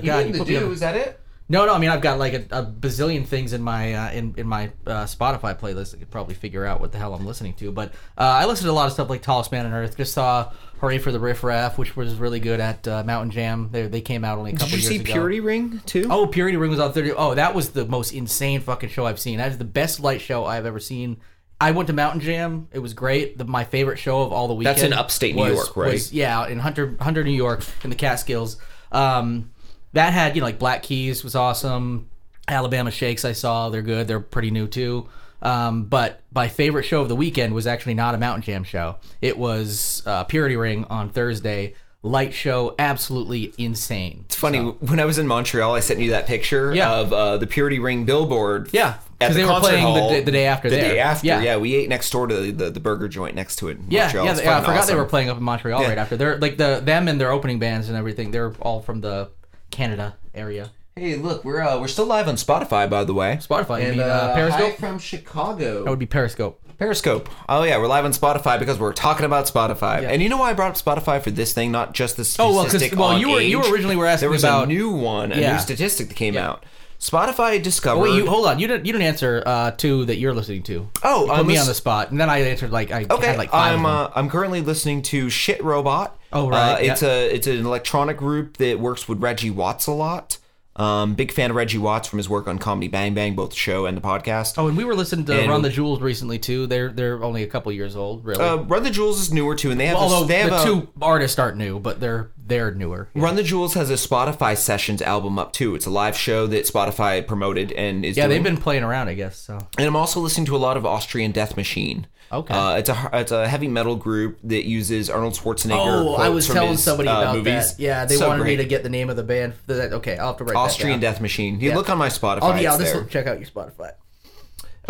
S3: God, you
S4: the
S3: put me on
S4: do
S3: the-
S4: is that it?
S3: no, no. I mean, I've got like a, a bazillion things in my uh, in in my uh, Spotify playlist. I could probably figure out what the hell I'm listening to. But uh, I listened to a lot of stuff like Tallest Man on Earth. Just saw Hooray for the Riff Raff, which was really good at uh, Mountain Jam. They, they came out only a couple
S4: Did you
S3: years
S4: see
S3: ago.
S4: Purity Ring too?
S3: Oh, Purity Ring was on 30. Oh, that was the most insane fucking show I've seen. That is the best light show I've ever seen. I went to Mountain Jam. It was great. The, my favorite show of all the weekend.
S4: That's in upstate New
S3: was-
S4: York, right?
S3: was- yeah, in Hunter, Hunter, New York, in the Catskills. Um, that had you know like Black Keys was awesome. Alabama Shakes I saw. They're good. They're pretty new too. Um, but my favorite show of the weekend was actually not a Mountain Jam show. It was uh, Purity Ring on Thursday. Light show, absolutely insane.
S4: It's funny when I was in Montreal, I sent you that picture
S3: Yeah.
S4: of uh, the Purity Ring billboard.
S3: Yeah,
S4: at
S3: 'cause
S4: the
S3: they were
S4: concert
S3: playing the
S4: hall
S3: day- the day after
S4: The
S3: there.
S4: day after, yeah.
S3: Yeah.
S4: we ate next door to the, the, the burger joint next to it. In
S3: Yeah,
S4: Montreal.
S3: yeah,
S4: It's
S3: they- yeah. I
S4: fucking
S3: forgot they
S4: awesome.
S3: were playing up in Montreal right after. They're like the them and their opening bands and everything. They're all from the Canada area.
S4: Hey, look, we're uh, we're still live on Spotify, by the way.
S3: Spotify, you mean, uh, Periscope?
S4: hi from Chicago.
S3: That would be Periscope.
S4: Periscope. Oh yeah, we're live on Spotify because we're talking about Spotify.
S3: Yeah.
S4: And you know why I brought up Spotify for this thing, not just the statistic
S3: Oh, well, 'cause- well,
S4: on
S3: you were- you
S4: age?
S3: originally were asking
S4: there was a
S3: about-
S4: new one, a
S3: Yeah.
S4: new statistic that came
S3: Yeah.
S4: out. Spotify discovered.
S3: Oh, wait, you hold on. You didn't you didn't answer uh, two that you're listening to.
S4: Oh,
S3: you put
S4: I'm
S3: me
S4: lis-
S3: on the spot, and then I answered like I
S4: Okay,
S3: had like five.
S4: I'm
S3: of them.
S4: uh, I'm currently listening to Shit Robot.
S3: Oh, right,
S4: Uh, it's
S3: yeah.
S4: a it's an electronic group that works with Reggie Watts a lot. Um, big fan of Reggie Watts from his work on Comedy Bang Bang, both the show and the podcast.
S3: Oh, and we were listening to
S4: And-
S3: Run the Jewels recently too. They're they're only a couple years old, really.
S4: Uh, Run the Jewels is newer too, and they have
S3: Although
S4: a, they have
S3: the
S4: a-
S3: two artists aren't new, but they're they're newer.
S4: Run the Jewels has a Spotify Sessions album up too. It's a live show that Spotify promoted and is
S3: Yeah,
S4: doing.
S3: they've been playing around, I guess. So
S4: And I'm also listening to a lot of Austrian Death Machine.
S3: Okay.
S4: Uh, it's a it's a heavy metal group that uses Arnold Schwarzenegger.
S3: Oh, I
S4: quotes
S3: was
S4: from
S3: telling
S4: his,
S3: somebody
S4: uh,
S3: about
S4: movies.
S3: that. Yeah, they
S4: So
S3: wanted
S4: great.
S3: me to get the name of the band. For that. Okay, I'll have to write
S4: Austrian
S3: that down.
S4: Death Machine. You
S3: Yeah.
S4: look on my Spotify.
S3: Oh yeah,
S4: it's
S3: I'll just
S4: there.
S3: look- check out your Spotify.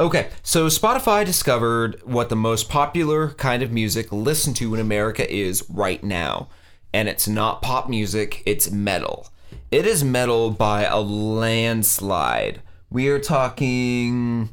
S4: Okay, so Spotify discovered what the most popular kind of music listened to in America is right now. And it's not pop music, it's metal. It is metal by a landslide. We are talking,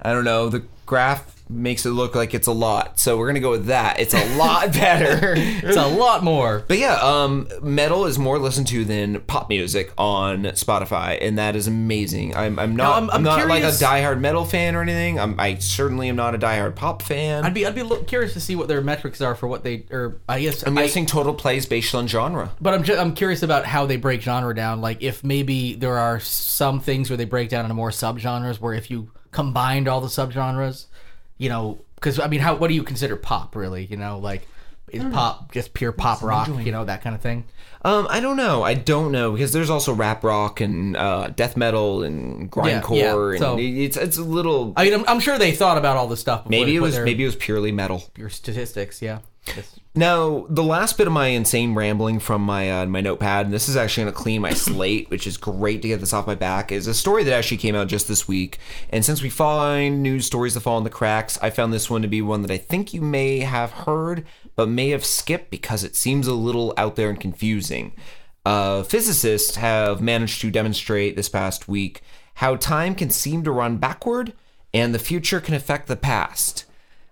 S4: I don't know, the graph makes it look like it's a lot. So we're going to go with that. It's a lot better.
S3: It's a lot more.
S4: But yeah, um, metal is more listened to than pop music on Spotify, and that is amazing. I'm, I'm not,
S3: I'm-
S4: I'm,
S3: I'm
S4: not
S3: curious-
S4: like a diehard metal fan or anything. I'm, I certainly am not a diehard pop fan.
S3: I'd be I'd be a little curious to see what their metrics are for what they or I guess
S4: I'm
S3: I-
S4: guessing total plays based on genre.
S3: But I'm just, I'm curious about how they break genre down. Like if maybe there are some things where they break down into more subgenres, where if you combined all the subgenres, you know, because I mean, how what do you consider pop really? You know, like is pop just pure pop rock? You know, that kind of thing.
S4: Um, I don't know. I don't know because there's also rap rock and uh, death metal and
S3: yeah,
S4: grindcore, and
S3: so-
S4: it's it's a little.
S3: I mean, I'm, I'm sure they thought about all this stuff. Before
S4: maybe
S3: they
S4: it
S3: put
S4: was
S3: their,
S4: maybe it was purely metal.
S3: your statistics. Yeah. Just-
S4: Now, the last bit of my insane rambling from my uh, my notepad, and this is actually going to clean my slate, which is great to get this off my back, is a story that actually came out just this week. And since we find news stories that fall in the cracks, I found this one to be one that I think you may have heard, but may have skipped because it seems a little out there and confusing. Uh, physicists have managed to demonstrate this past week how time can seem to run backward and the future can affect the past.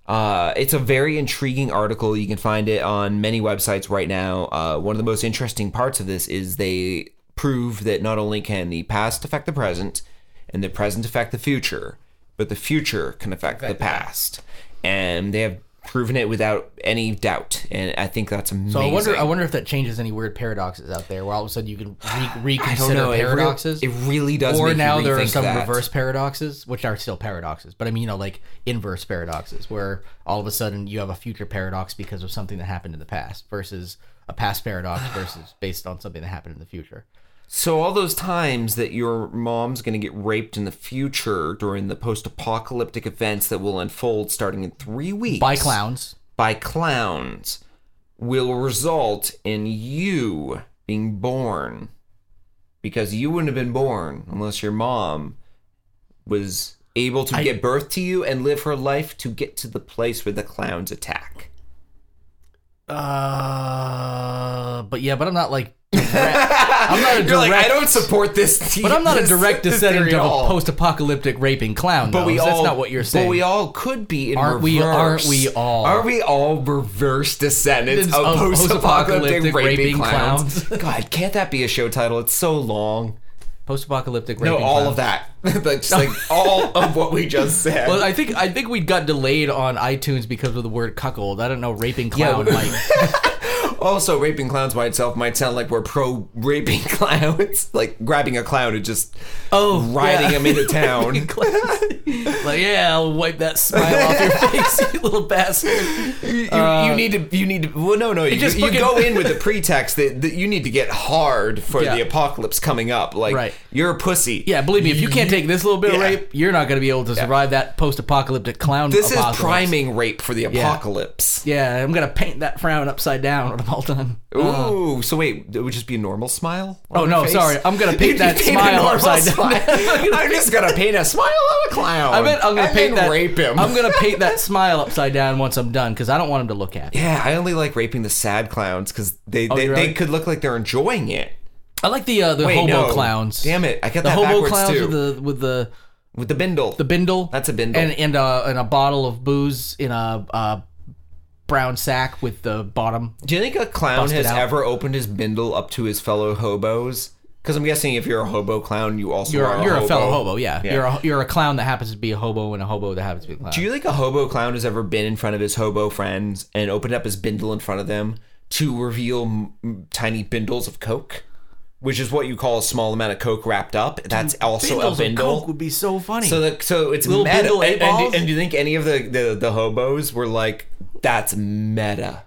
S4: Uh, it's a very intriguing article. You can find it on many websites right now. Uh, one of the most interesting parts of this is they prove that not only can the past affect the present and the present affect the future, but the future can affect the past. And they have proven it without any doubt. And I think that's amazing.
S3: so I wonder I wonder if that changes any weird paradoxes out there, where all of a sudden you can re-
S4: I
S3: reconsider
S4: don't know. It real-
S3: paradoxes.
S4: It, really does.
S3: or
S4: make you
S3: now there are
S4: rethink
S3: some
S4: that.
S3: reverse paradoxes, which are still paradoxes, but I mean, you know, like inverse paradoxes, where all of a sudden you have a future paradox because of something that happened in the past versus a past paradox versus based on something that happened in the future.
S4: So all those times that your mom's going to get raped in the future during the post-apocalyptic events that will unfold starting in 3 weeks
S3: By clowns.
S4: by clowns will result in you being born because you wouldn't have been born unless your mom was able to
S3: I-
S4: get birth to you and live her life to get to the place where the clowns attack.
S3: Uh, but yeah, but I'm not like. direct- I'm not a direct.
S4: You're like I don't support this.
S3: but I'm not a
S4: this-
S3: direct
S4: this
S3: descendant
S4: theory
S3: of
S4: at
S3: a
S4: all.
S3: post-apocalyptic raping clown.
S4: But
S3: though,
S4: we
S3: so
S4: all
S3: That's not what you're saying.
S4: But we all could be in
S3: Aren't
S4: reverse.
S3: we- aren't we all?
S4: Are we all reverse descendants of,
S3: Of
S4: post-apocalyptic,
S3: post-apocalyptic
S4: raping,
S3: raping
S4: clowns?
S3: clowns.
S4: God, can't that be a show title? It's so long.
S3: post-apocalyptic raping.
S4: No, all
S3: clowns.
S4: of that. like, just like all of what we just said.
S3: Well, I think I think we got delayed on iTunes because of the word cuckold. I don't know, raping clown.
S4: Yeah.
S3: like,
S4: also, raping clowns by itself might sound like we're pro raping clowns, like grabbing a clown and just
S3: oh,
S4: riding him into town.
S3: like, yeah, I'll wipe that smile off your face, you little bastard.
S4: You, you- you need to. You need to. Well, no, no. You,
S3: Uh, just
S4: you
S3: fucking-
S4: go in with the pretext that, that you need to get hard for
S3: Yeah.
S4: the apocalypse coming up. Like
S3: Right.
S4: you're a pussy.
S3: Yeah, believe me, if you can't take this little bit of
S4: Yeah.
S3: rape, you're not going to be able to survive that post-apocalyptic clown.
S4: This
S3: apocalypse.
S4: is priming rape for the apocalypse.
S3: Yeah, I'm gonna paint that frown upside down when I'm all done. Uh,
S4: Ooh. So wait, it would just be a normal smile. on
S3: Oh,
S4: your
S3: no, sorry, I'm gonna paint
S4: You'd
S3: that
S4: paint a
S3: smile
S4: normal
S3: upside down.
S4: smile. I'm just gonna paint a smile on a clown.
S3: I bet I'm gonna
S4: and
S3: paint
S4: then
S3: that.
S4: Rape him.
S3: I'm gonna paint that smile upside down once I'm done because I don't want him to look at. it.
S4: Yeah, I only like raping the sad clowns because they they,
S3: Oh, you're
S4: they
S3: right.
S4: could look like they're enjoying it.
S3: I like the uh, the
S4: Wait,
S3: hobo
S4: no.
S3: clowns.
S4: Damn it, I got
S3: the
S4: that
S3: hobo
S4: backwards
S3: clowns
S4: too.
S3: with the with the
S4: With the bindle.
S3: the bindle.
S4: That's a bindle.
S3: And and a and a bottle of booze in a, uh brown sack with the bottom.
S4: Do you think a clown
S3: Busted
S4: has
S3: out.
S4: ever opened his bindle up to his fellow hobos? Because I'm guessing if you're a hobo clown, you also
S3: You're
S4: are
S3: a,
S4: a
S3: you're
S4: hobo.
S3: a fellow hobo, yeah.
S4: Yeah.
S3: You're a you're a clown that happens to be a hobo and a hobo that happens to be a clown.
S4: Do you think a hobo clown has ever been in front of his hobo friends and opened up his bindle in front of them to reveal m- m- tiny bindles of coke? which is what you call a small amount of coke wrapped up. That's also
S3: Bindles
S4: a
S3: of
S4: bindle.
S3: Coke would be so funny.
S4: So the, so it's
S3: Little
S4: meta.
S3: bindle eight
S4: and, and,
S3: balls?
S4: do- and do you think any of the, the the hobos were like, "That's meta"?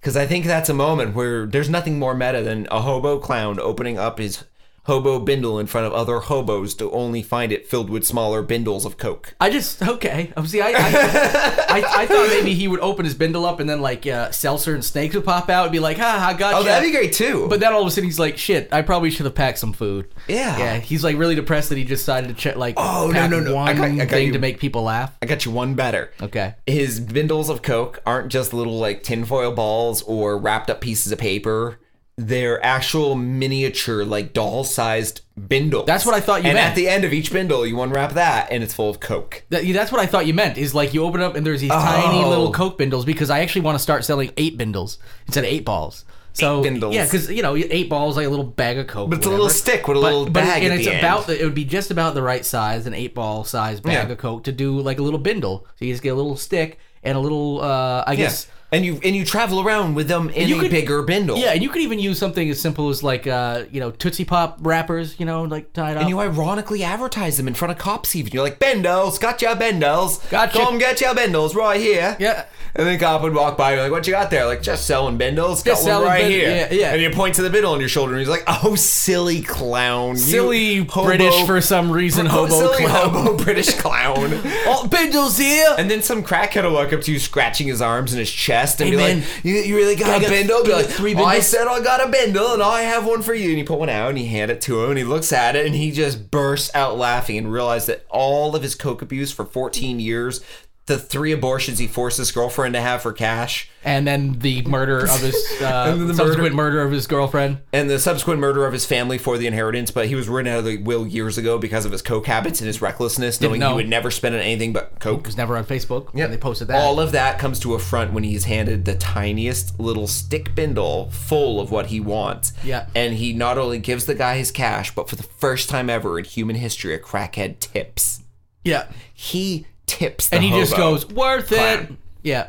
S4: Because I think that's a moment where there's nothing more meta than a hobo clown opening up his hobo bindle in front of other hobos to only find it filled with smaller bindles of coke.
S3: I just okay. Um, see, I I, I I thought maybe he would open his bindle up and then like uh, seltzer and snakes would pop out and be like, ha, I got
S4: Oh, that'd be great too.
S3: But then all of a sudden he's like, shit, I probably should have packed some food.
S4: Yeah.
S3: yeah. He's like really depressed that he decided to check like
S4: Oh, no,
S3: pack
S4: no, no.
S3: one
S4: I got- I got
S3: thing
S4: you.
S3: to make people laugh.
S4: I got you one better.
S3: Okay.
S4: His bindles of coke aren't just little like tinfoil balls or wrapped up pieces of paper. They're actual miniature, like doll-sized bindles.
S3: That's what I thought you
S4: And
S3: meant.
S4: at the end of each bindle, you unwrap that, and it's full of coke.
S3: That, that's what I thought you meant. Is like you open up and there's these tiny
S4: Oh.
S3: little Coke bindles because I actually want to start selling eight bindles instead of eight balls. So
S4: Eight bindles.
S3: yeah, because you know eight balls like a little bag of Coke.
S4: But it's a little stick with a little bag
S3: and
S4: at
S3: it's
S4: the
S3: about
S4: end.
S3: the, it would be just about the right size an eight ball size bag
S4: Yeah.
S3: of Coke to do like a little bindle. So you just get a little stick and a little uh, I
S4: Yes.
S3: guess.
S4: And you and you travel around with them in
S3: you
S4: a
S3: could-
S4: bigger bindle.
S3: Yeah, and you could even use something as simple as like uh, you know Tootsie Pop wrappers, you know, like tied up.
S4: And you ironically advertise them in front of cops even. You're like, Bendels, got your Bendels.
S3: Gotcha.
S4: Come get your Bendels right here.
S3: Yeah.
S4: And then cop would walk by and be like, what you got there? Like, just selling Bendels. Got
S3: Just
S4: one
S3: selling
S4: right
S3: Bend-
S4: here.
S3: yeah, yeah.
S4: And you point to the bindle on your shoulder and he's like, oh, silly clown. you
S3: silly
S4: hobo-
S3: British for some reason hobo
S4: silly
S3: clown.
S4: hobo British clown.
S3: Oh, bindles here.
S4: And then some crackhead will walk up to you, scratching his arms and his chest, and
S3: Hey,
S4: be
S3: man,
S4: like, you, you really got
S3: I
S4: a
S3: got-
S4: bindle?" Be
S3: I got
S4: like,
S3: three
S4: "Well, I
S3: bindles."
S4: said I got a bindle, and I have one for you." And you pull one out, and you hand it to him, and he looks at it, and he just bursts out laughing and realized that all of his coke abuse for 14 years, the three abortions he forced his girlfriend to have for cash,
S3: and then the murder of his uh,
S4: And then the
S3: subsequent murder. of his girlfriend.
S4: and the subsequent murder of his family for the inheritance, but he was written out of the will years ago because of his coke habits and his recklessness, knowing he
S3: know.
S4: would never spend on anything but coke.
S3: was never on Facebook.
S4: Yeah,
S3: Yeah, they posted that.
S4: All of that comes to a front when he's handed the tiniest little stick bindle full of what he wants.
S3: Yeah.
S4: And he not only gives the guy his cash, but for the first time ever in human history, a crackhead tips.
S3: yeah,
S4: He tips the
S3: and he just
S4: hobo.
S3: goes worth it.
S4: Clown.
S3: Yeah,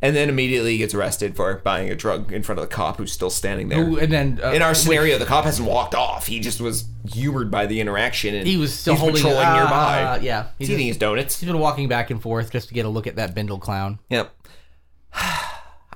S4: and then immediately he gets arrested for buying a drug in front of the cop who's still standing there.
S3: Who- and then uh,
S4: in our scenario, the cop hasn't walked off. He just was humored by the interaction, and
S3: he was still
S4: he's
S3: holding
S4: patrolling
S3: uh,
S4: nearby.
S3: uh, yeah,
S4: he's
S3: he's,
S4: eating his donuts.
S3: he's been walking back and forth just to get a look at that Bindle clown.
S4: Yep.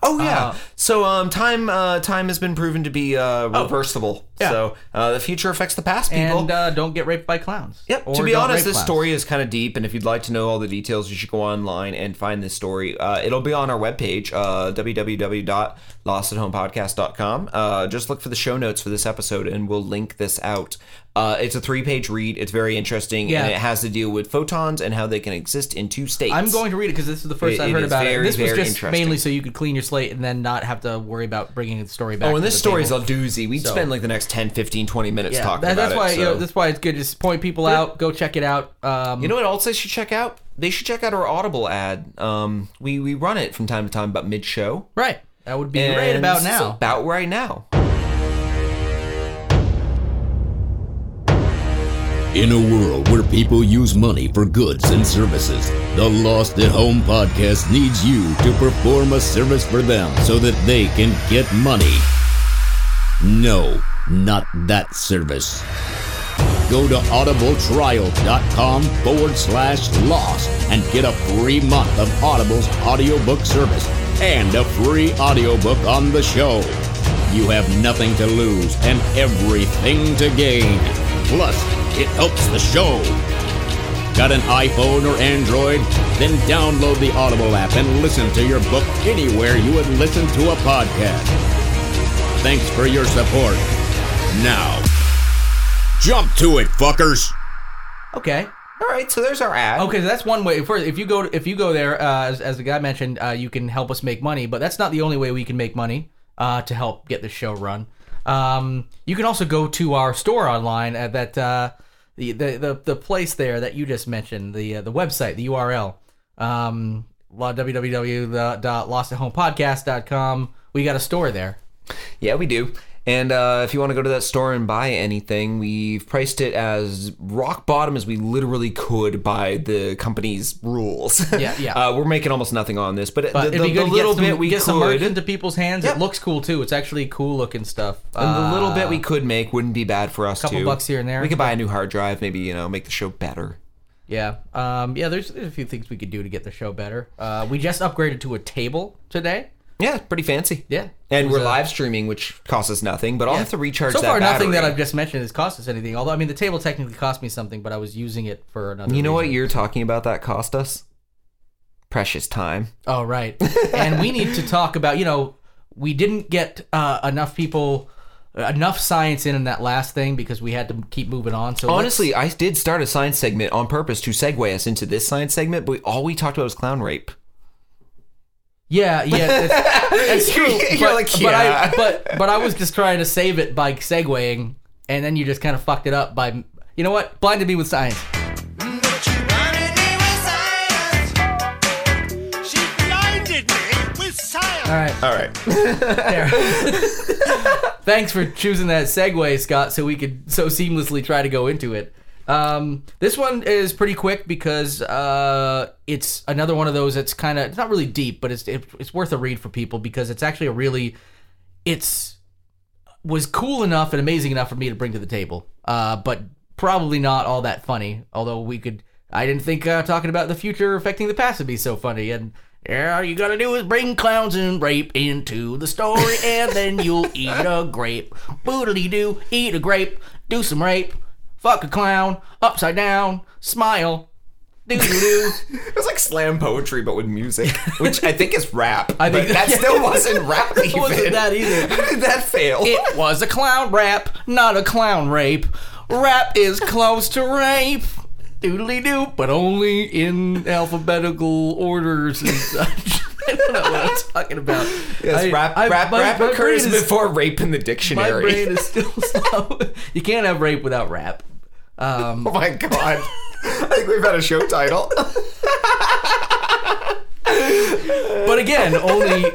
S4: Oh yeah.
S3: Uh,
S4: so um, time uh, time has been proven to be uh, reversible. So uh, the future affects the past, people.
S3: Oh. And uh, don't get raped by clowns.
S4: Yep.
S3: Or
S4: to be
S3: don't
S4: honest,
S3: rape
S4: this
S3: clowns.
S4: story is kind of deep, and if you'd like to know all the details, you should go online and find this story. Uh, it'll be on our webpage, uh, www.lostathomepodcast.com. Uh, just look for the show notes for this episode, and we'll link this out. Uh, it's a three-page read. It's very interesting,
S3: Yeah.
S4: and it has to deal with photons and how they can exist in two states.
S3: I'm going to read it because this is the first
S4: It-
S3: I've
S4: it
S3: heard
S4: is
S3: about
S4: very,
S3: it. This was
S4: very
S3: just
S4: interesting.
S3: mainly so you could clean your slate and then not have to worry about bringing the story back.
S4: Oh, and
S3: to
S4: this
S3: the
S4: story is
S3: table.
S4: a doozy. We'd
S3: So-
S4: spend like the next 10, 15, 20 minutes
S3: Yeah,
S4: talking
S3: that-
S4: about
S3: that's why
S4: it.
S3: you know,
S4: so-
S3: that's why it's good. Just point people out. Go check it out. Um,
S4: You know what else they should check out? They should check out our Audible ad. Um, we, we run it from time to time, but mid show.
S3: right. That would be right about now.
S4: About right now.
S5: In a world where people use money for goods and services, the Lost at Home podcast needs you to perform a service for them so that they can get money. No, not that service. Go to audibletrial.com forward slash lost and get a free month of Audible's audiobook service and a free audiobook on the show. You have nothing to lose and everything to gain. Plus, it helps the show. Got an iPhone or Android? Then download the Audible app and listen to your book anywhere you would listen to a podcast. Thanks for your support. Now, jump to it, fuckers!
S3: Okay.
S4: All right, so there's our ad.
S3: Okay, so that's one way. First, if you go if you go there, uh, as, as the guy mentioned, uh, you can help us make money. But that's not the only way we can make money uh, to help get the show run. Um, you can also go to our store online at that uh, the, the the the place there that you just mentioned the uh, the website the URL um, www.lostathomepodcast.com. We got a store there.
S4: Yeah, we do. And uh, if you want to go to that store and buy anything, we've priced it as rock bottom as we literally could by the company's rules.
S3: Yeah, yeah.
S4: uh, we're making almost nothing on this, but,
S3: But
S4: the,
S3: it'd be
S4: the-
S3: good to
S4: the little
S3: get some,
S4: bit we
S3: get
S4: could
S3: some merch into people's hands. It looks cool too. It's actually cool looking stuff.
S4: And
S3: Uh,
S4: the little bit we could make wouldn't be bad for us.
S3: Couple
S4: too.
S3: bucks here and there.
S4: We could buy a new hard drive. Maybe you know make the show better.
S3: yeah, um, yeah. There's, there's a few things we could do to get the show better. Uh, we just upgraded to a table today.
S4: Yeah, pretty fancy.
S3: Yeah. It
S4: and
S3: was
S4: we're
S3: a-
S4: live streaming, which costs us nothing. But I'll have to recharge.
S3: So
S4: that
S3: far, nothing
S4: battery.
S3: that I've just mentioned has cost us anything. Although, I mean, the table technically cost me something, but I was using it for another.
S4: You know what
S3: reason.
S4: you're talking about that cost us? Precious time.
S3: Oh, right. and we need to talk about, you know, we didn't get uh, enough people, enough science in in that last thing because we had to keep moving on. So let's-
S4: Honestly, I did start a science segment on purpose to segue us into this science segment, but all we talked about was clown rape.
S3: yeah, yeah, that's, that's true.
S4: You're like, yeah.
S3: But I, but but I was just trying to save it by segueing, and then you just kind of fucked it up by, you know what? Blinded me with science.
S6: She blinded me with science.
S3: All right.
S4: All right.
S3: There. Thanks for choosing that segue, Scott, so we could so seamlessly try to go into it. Um, this one is pretty quick because uh, it's another one of those that's kind of it's not really deep, but it's it, it's worth a read for people because it's actually a really it's was cool enough and amazing enough for me to bring to the table, uh, but probably not all that funny. Although we could, I didn't think uh, talking about the future affecting the past would be so funny. And yeah, all you gotta do is bring clowns and rape into the story, and then you'll eat a grape. Boodly doo, eat a grape, do some rape, fuck a clown, upside down, smile, doo doo doo.
S4: It was like slam poetry, but with music, which I think is rap.
S3: I think-
S4: but that still wasn't rap. Even.
S3: wasn't that either.
S4: How did that fail?
S3: It was a clown rap, not a clown rape. Rap is close to rape. Doodly doo, but only in alphabetical orders and such. I don't know what I'm talking about.
S4: Yes,
S3: I-
S4: rap,
S3: I-
S4: rap,
S3: my-
S4: rap
S3: my brain
S4: occurs
S3: is-
S4: before rape in the
S3: My
S4: dictionary.
S3: brain is still slow. You can't have rape without rap. Um,
S4: oh my god! I think we've had a show title.
S3: but again, only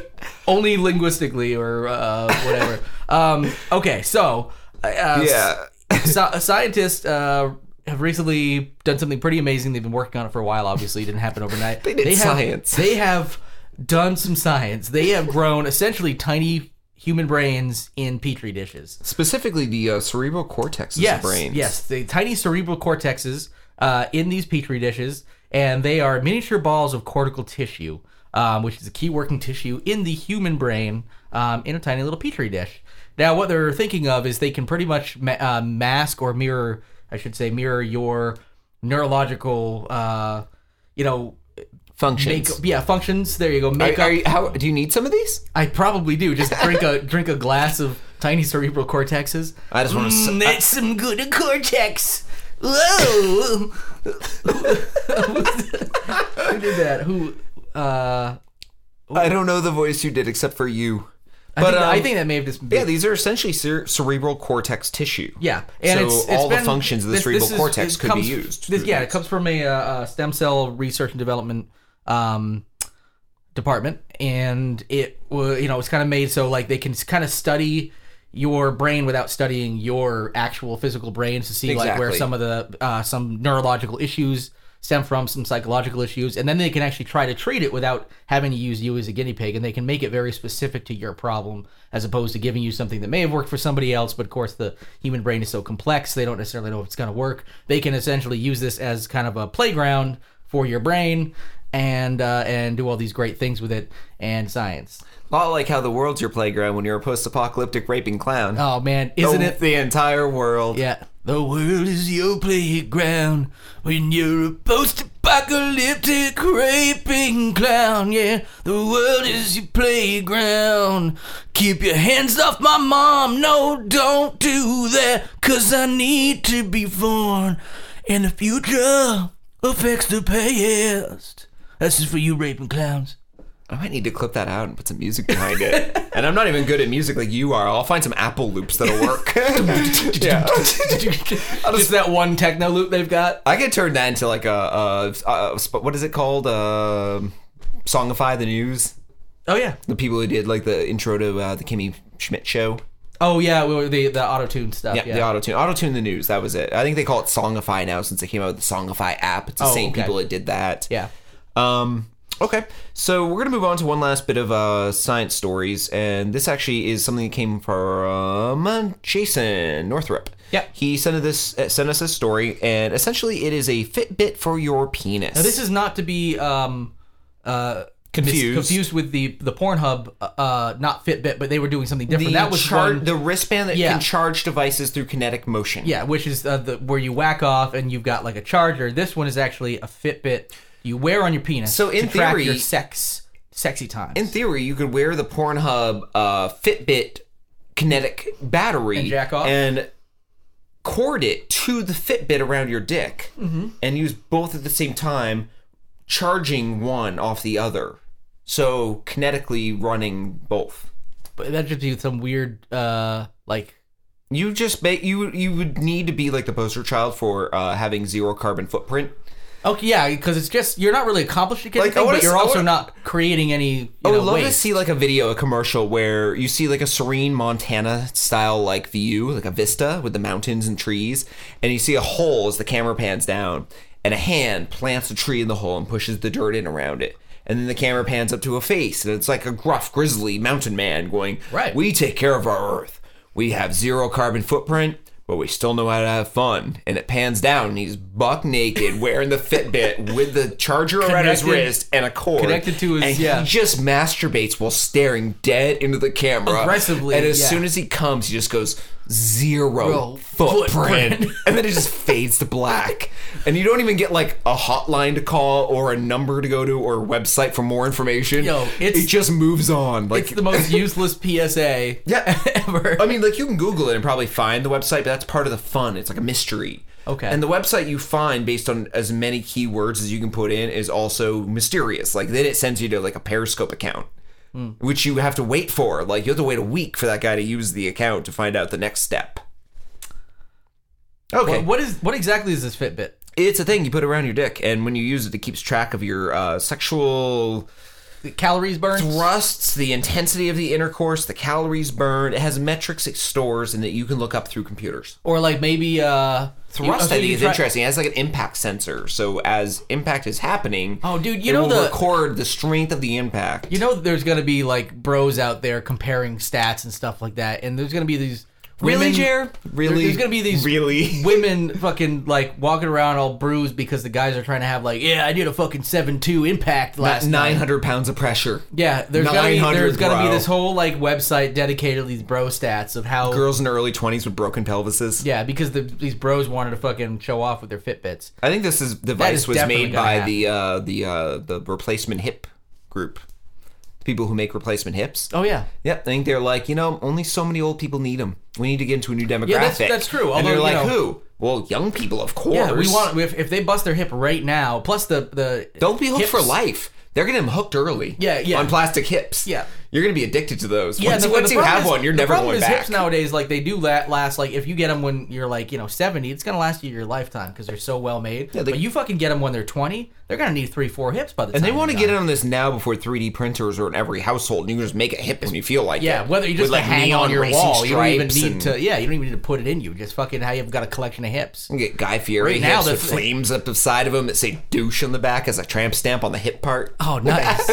S3: only linguistically or uh, whatever. Um, okay, so uh,
S4: yeah.
S3: so, scientists uh, have recently done something pretty amazing. They've been working on it for a while. Obviously, it didn't happen overnight.
S4: They did
S3: have,
S4: science.
S3: They have done some science. They have grown essentially tiny human brains in petri dishes.
S4: Specifically, the uh, cerebral cortex of
S3: yes,
S4: the brain.
S3: yes, the tiny cerebral cortexes uh, in these petri dishes, and they are miniature balls of cortical tissue, um, which is a key working tissue in the human brain um, in a tiny little petri dish. Now, what they're thinking of is they can pretty much ma- uh, mask or mirror, I should say, mirror your neurological, uh, you know, make,
S4: Functions.
S3: yeah, functions. There you go.
S4: Are-
S3: Make
S4: are you- how, do you need some of these?
S3: I probably do. Just drink a drink a glass of tiny cerebral cortexes.
S4: I just wanna s-
S3: Mm, that's some good cortex. Whoa! Who did that? Who? Uh,
S4: I don't know the voice you did, except for you.
S3: I, think, I think that may have just been.
S4: um, yeah, these are essentially cere- cerebral cortex tissue.
S3: Yeah,
S4: so
S3: it's- it's
S4: all the
S3: been-
S4: functions of the
S3: this-
S4: cerebral
S3: this is-
S4: cortex
S3: it
S4: could
S3: comes-
S4: be used.
S3: This,
S4: through
S3: yeah, it
S4: these.
S3: comes from a, uh, uh stem cell research and development um, department, and it was you know it's kind of made so like they can kind of study your brain without studying your actual physical brain to see like where
S4: Exactly.
S3: some of the uh, some neurological issues stem from some psychological issues and then they can actually try to treat it without having to use you as a guinea pig and they can make it very specific to your problem as opposed to giving you something that may have worked for somebody else but of course the human brain is so complex they don't necessarily know if it's going to work they can essentially use this as kind of a playground for your brain and uh, and do all these great things with it and science
S4: A lot like how the world's your playground when you're a post-apocalyptic raping clown.
S3: oh man isn't
S4: The-
S3: it
S4: the entire world?
S3: Yeah. The world is your playground when you're a post apocalyptic raping clown. Yeah, the world is your playground. Keep your hands off my mom. No, don't do that, cause I need to be born. And the future affects the past. That's just for you, raping clowns.
S4: I might need to clip that out and put some music behind it. and I'm not even good at music like you are. I'll find some Apple loops that'll work. yeah.
S3: just that one techno loop they've got.
S4: I could turn that into like a, a, a sp- what is it called? Um Songify the news.
S3: Oh yeah.
S4: The people who did like the intro to uh, the Kimmy Schmidt show.
S3: Oh yeah, we were- the the auto tune stuff.
S4: Yeah,
S3: Oh, Yeah,
S4: the auto tune, auto tune the news. That was it. I think they call it Songify now since they came out with the Songify app. It's the
S3: Oh,
S4: same
S3: okay.
S4: people that did that.
S3: Yeah.
S4: Um, okay, so we're gonna move on to one last bit of uh, science stories, and this actually is something that came from Jason Northrup.
S3: Yeah.
S4: he sent this uh, sent us a story, and essentially it is a Fitbit for your penis.
S3: Now, this is not to be um uh mis-
S4: Confused.
S3: confused with the the Pornhub uh not Fitbit, but they were doing something
S4: the
S3: different. that was
S4: char-
S3: one,
S4: the wristband that
S3: Yeah.
S4: can charge devices through kinetic motion.
S3: yeah, which is uh, the where you whack off and you've got like a charger. This one is actually a Fitbit you wear on your penis.
S4: So, in
S3: to track
S4: theory-
S3: your sex sexy times.
S4: in theory, you could wear the Pornhub uh, Fitbit kinetic battery
S3: And jack off?
S4: and cord it to the Fitbit around your dick
S3: Mm-hmm.
S4: and use both at the same time, charging one off the other. So kinetically running both.
S3: but that just be some weird uh like
S4: You just ba- you you would need to be like the poster child for uh, having zero carbon footprint.
S3: Okay, yeah, because it's just you're not really accomplishing anything,
S4: I wanna
S3: but you're
S4: s- I
S3: also
S4: wanna-
S3: not creating any. You know,
S4: I would Oh, love to
S3: waste.
S4: see like a video, a commercial where you see like a serene Montana style like view, like a vista with the mountains and trees, and you see a hole as the camera pans down, and a hand plants a tree in the hole and pushes the dirt in around it. And then the camera pans up to a face, and it's like a gruff, grizzly mountain man going,
S3: Right.
S4: We take care of our earth. We have zero carbon footprint, but we still know how to have fun. And it pans down, and he's buck naked, wearing the Fitbit with the charger around his
S3: Connected-
S4: wrist and a cord.
S3: connected to his-
S4: and
S3: yeah.
S4: He just masturbates while staring dead into the camera
S3: Aggressively,
S4: And as
S3: yeah.
S4: soon as he comes, he just goes zero
S3: Real
S4: footprint,
S3: footprint.
S4: and then it just fades to black. And you don't even get like a hotline to call or a number to go to or a website for more information.
S3: Yo, it's-
S4: it just moves on. Like
S3: It's the most useless PSA
S4: yeah.
S3: ever.
S4: I mean, like you can Google it and probably find the website, but that's part of the fun. It's like a mystery.
S3: Okay.
S4: And the website you find based on as many keywords as you can put in is also mysterious. Like then it sends you to like a Periscope account,
S3: Hmm.
S4: which you have to wait for. Like you have to wait a week for that guy to use the account to find out the next step. Okay.
S3: What- what is what exactly is this Fitbit?
S4: It's a thing you put around your dick, and when you use it, it keeps track of your uh, sexual
S3: The calories burned.
S4: thrusts, the intensity of the intercourse, the calories burned. It has metrics it stores and that you can look up through computers.
S3: or like maybe uh
S4: Thrust,
S3: you-
S4: I
S3: you
S4: think, is
S3: try-
S4: interesting. It has like an impact sensor. So as impact is happening,
S3: Oh, dude, you
S4: it
S3: know
S4: will
S3: the-
S4: record the strength of the impact.
S3: You know, there's gonna be like bros out there comparing stats and stuff like that, and there's gonna be these.
S4: Really,
S3: women-
S4: Jer? Really?
S3: There's gonna be these
S4: Really?
S3: women fucking like walking around all bruised because the guys are trying to have like, yeah, I did a fucking seven two impact last night.
S4: 900 pounds of pressure.
S3: Yeah, there's gonna be
S4: 900,
S3: there's gonna be
S4: bro.
S3: this whole like website dedicated to these bro stats of how
S4: Girls in their early 20s with broken pelvises.
S3: yeah because the, these bros wanted to fucking show off with their Fitbits.
S4: I think this is device
S3: is
S4: was
S3: definitely
S4: made
S3: gonna
S4: by
S3: happen.
S4: the uh, the uh, the replacement hip group. People who make replacement hips.
S3: Oh yeah,
S4: Yep, I think they're like, you know, only so many old people need them. We need to get into a new demographic.
S3: that's- that's true,
S4: and they're
S3: although,
S4: like,
S3: you know-
S4: who? Well, young people, of course.
S3: yeah. We want if, if they bust their hip right now, plus the the
S4: Don't be hooked for
S3: hips-
S4: life. They're getting them hooked early.
S3: Yeah, yeah.
S4: On plastic hips.
S3: Yeah.
S4: You're gonna be addicted to those.
S3: Yeah,
S4: once,
S3: the-
S4: once
S3: the
S4: you
S3: problem
S4: have
S3: is-
S4: one, you're
S3: the
S4: never
S3: problem
S4: going
S3: is
S4: back.
S3: Hips nowadays, like they do la- last. Like if you get them when you're like you know seventy, it's gonna last you your lifetime because they're so well made.
S4: they-
S3: but you fucking get them when they're twenty, they're gonna need three four hips by the time.
S4: and they want to
S3: you're
S4: get
S3: done.
S4: in on this now before 3D printers are in every household. And you can just make a hip when you feel like
S3: Yeah,
S4: it.
S3: whether you just
S4: With,
S3: like hang
S4: neon
S3: on your
S4: racing
S3: wall, you don't even
S4: stripes
S3: need
S4: and-
S3: to. Yeah, you don't even need to put it in you. Just fucking how you've got a collection of hips.
S4: You can get Guy Fieri
S3: Right now,
S4: hips with
S3: that's-
S4: flames up the side of them that say douche on the back as a tramp stamp on the hip part.
S3: Oh, nice.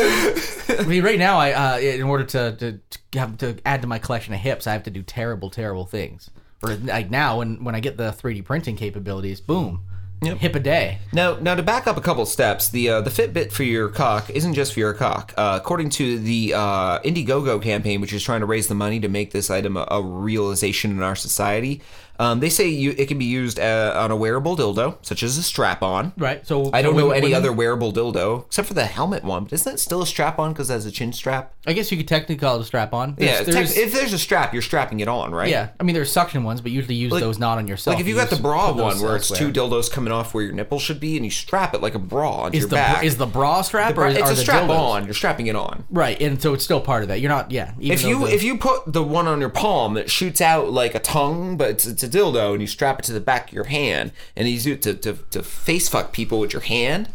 S3: I mean, right now, I uh, in order to, to to have to add to my collection of hips, I have to do terrible, terrible things. Or like now, when when I get the three D printing capabilities, boom, hip a day.
S4: Now, now to back up a couple steps, the uh, the Fitbit for your cock isn't just for your cock. Uh, according to the uh, Indiegogo campaign, which is trying to raise the money to make this item a, a realization in our society, um, they say you, it can be used uh, on a wearable dildo, such as a strap-on.
S3: Right. So
S4: I don't
S3: so
S4: know
S3: women-
S4: any
S3: women-
S4: other wearable dildo except for the helmet one. But isn't that still a strap-on because has a chin strap?
S3: I guess you could technically call it a strap on.
S4: Yeah. tech- if there's a strap, you're strapping it on, right?
S3: yeah. I mean, there's suction ones, but usually use those not on yourself.
S4: Like if you got the
S3: use-
S4: bra
S3: put those
S4: one where it's
S3: elsewhere.
S4: two dildos coming off where your nipple should be, and you strap it like a bra onto
S3: is
S4: your
S3: the
S4: back.
S3: is the bra strap or is,
S4: it's
S3: are
S4: a
S3: the
S4: strap
S3: dildos?
S4: on. You're strapping it on.
S3: Right, and so it's still part of that. You're not, yeah. even
S4: If
S3: though
S4: you
S3: the-
S4: if you put the one on your palm that shoots out like a tongue, but it's, it's a dildo, and you strap it to the back of your hand, and you use it to, to, to face fuck people with your hand,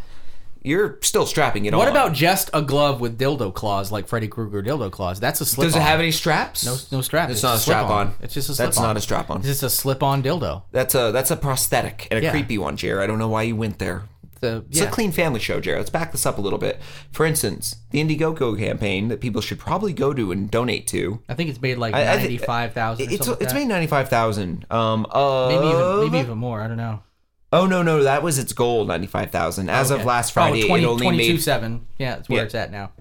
S4: you're still strapping it on.
S3: What about just a glove with dildo claws, like Freddy Krueger dildo claws? That's a slip.
S4: Does it have any straps?
S3: No, no strap.
S4: It's, not a
S3: just slip-on.
S4: strap on.
S3: It's just a slip
S4: That's not a strap on.
S3: It's just a slip on dildo.
S4: That's a that's a prosthetic and a
S3: Yeah.
S4: creepy one, Jer. I don't know why you went there.
S3: The,
S4: It's
S3: yeah.
S4: a clean family show, Jer. Let's back this up a little bit. For instance, the Indiegogo campaign that people should probably go to and donate to.
S3: I think it's made like
S4: I- I thi-
S3: ninety five thousand.
S4: It's
S3: like
S4: it's
S3: that.
S4: made ninety five thousand. Um, of,
S3: maybe even maybe even more. I don't know.
S4: Oh no no, that was its goal ninety five thousand. As of last Friday,
S3: oh, 20,
S4: it only made
S3: seven. Yeah, that's where
S4: Yeah.
S3: it's at now.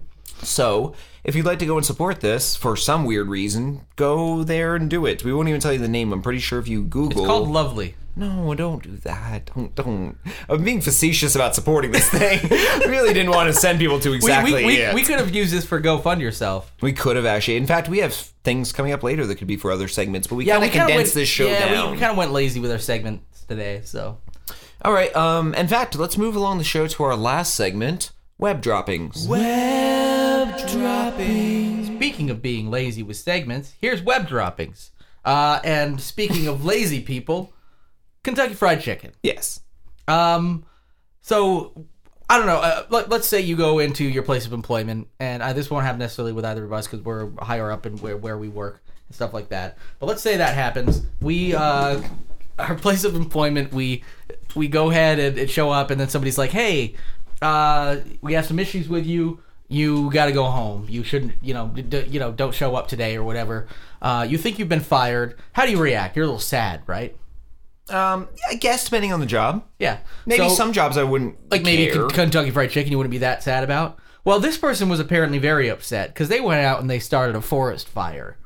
S4: So, if you'd like to go and support this for some weird reason, go there and do it. We won't even tell you the name. I'm pretty sure if you Google.
S3: It's called Lovely.
S4: no, don't do that. Don't don't. I'm being facetious about supporting this thing. I really didn't want to send people to
S3: We-
S4: exactly
S3: we, we,
S4: it.
S3: we could have used this for GoFund yourself.
S4: We could have actually. In fact, we have things coming up later that could be for other segments, but we kind of
S3: kinda went-
S4: condensed this show
S3: yeah, we-
S4: down.
S3: We, kind of went lazy with our segments today, so
S4: All right. Um. In fact, let's move along the show to our last segment: web droppings.
S3: Speaking of being lazy with segments, here's web droppings. Uh, and speaking of lazy people, Kentucky Fried Chicken.
S4: yes.
S3: Um, so I don't know. Uh, let, let's say you go into your place of employment, and I, this won't happen necessarily with either of us because we're higher up in where, where we work and stuff like that. But let's say that happens. We uh, our place of employment, we we go ahead and, and show up, and then somebody's like, "Hey, uh, we have some issues with you." You got to go home. You shouldn't, you know, d- d- you know, don't show up today or whatever. Uh, you think you've been fired. How do you react? You're a little sad, right?
S4: Um. I guess depending on the job.
S3: Yeah.
S4: Maybe
S3: So-
S4: some jobs I wouldn't
S3: like maybe
S4: care.
S3: K- Kentucky Fried Chicken you wouldn't be that sad about. Well, this person was apparently very upset because they went out and they started a forest fire.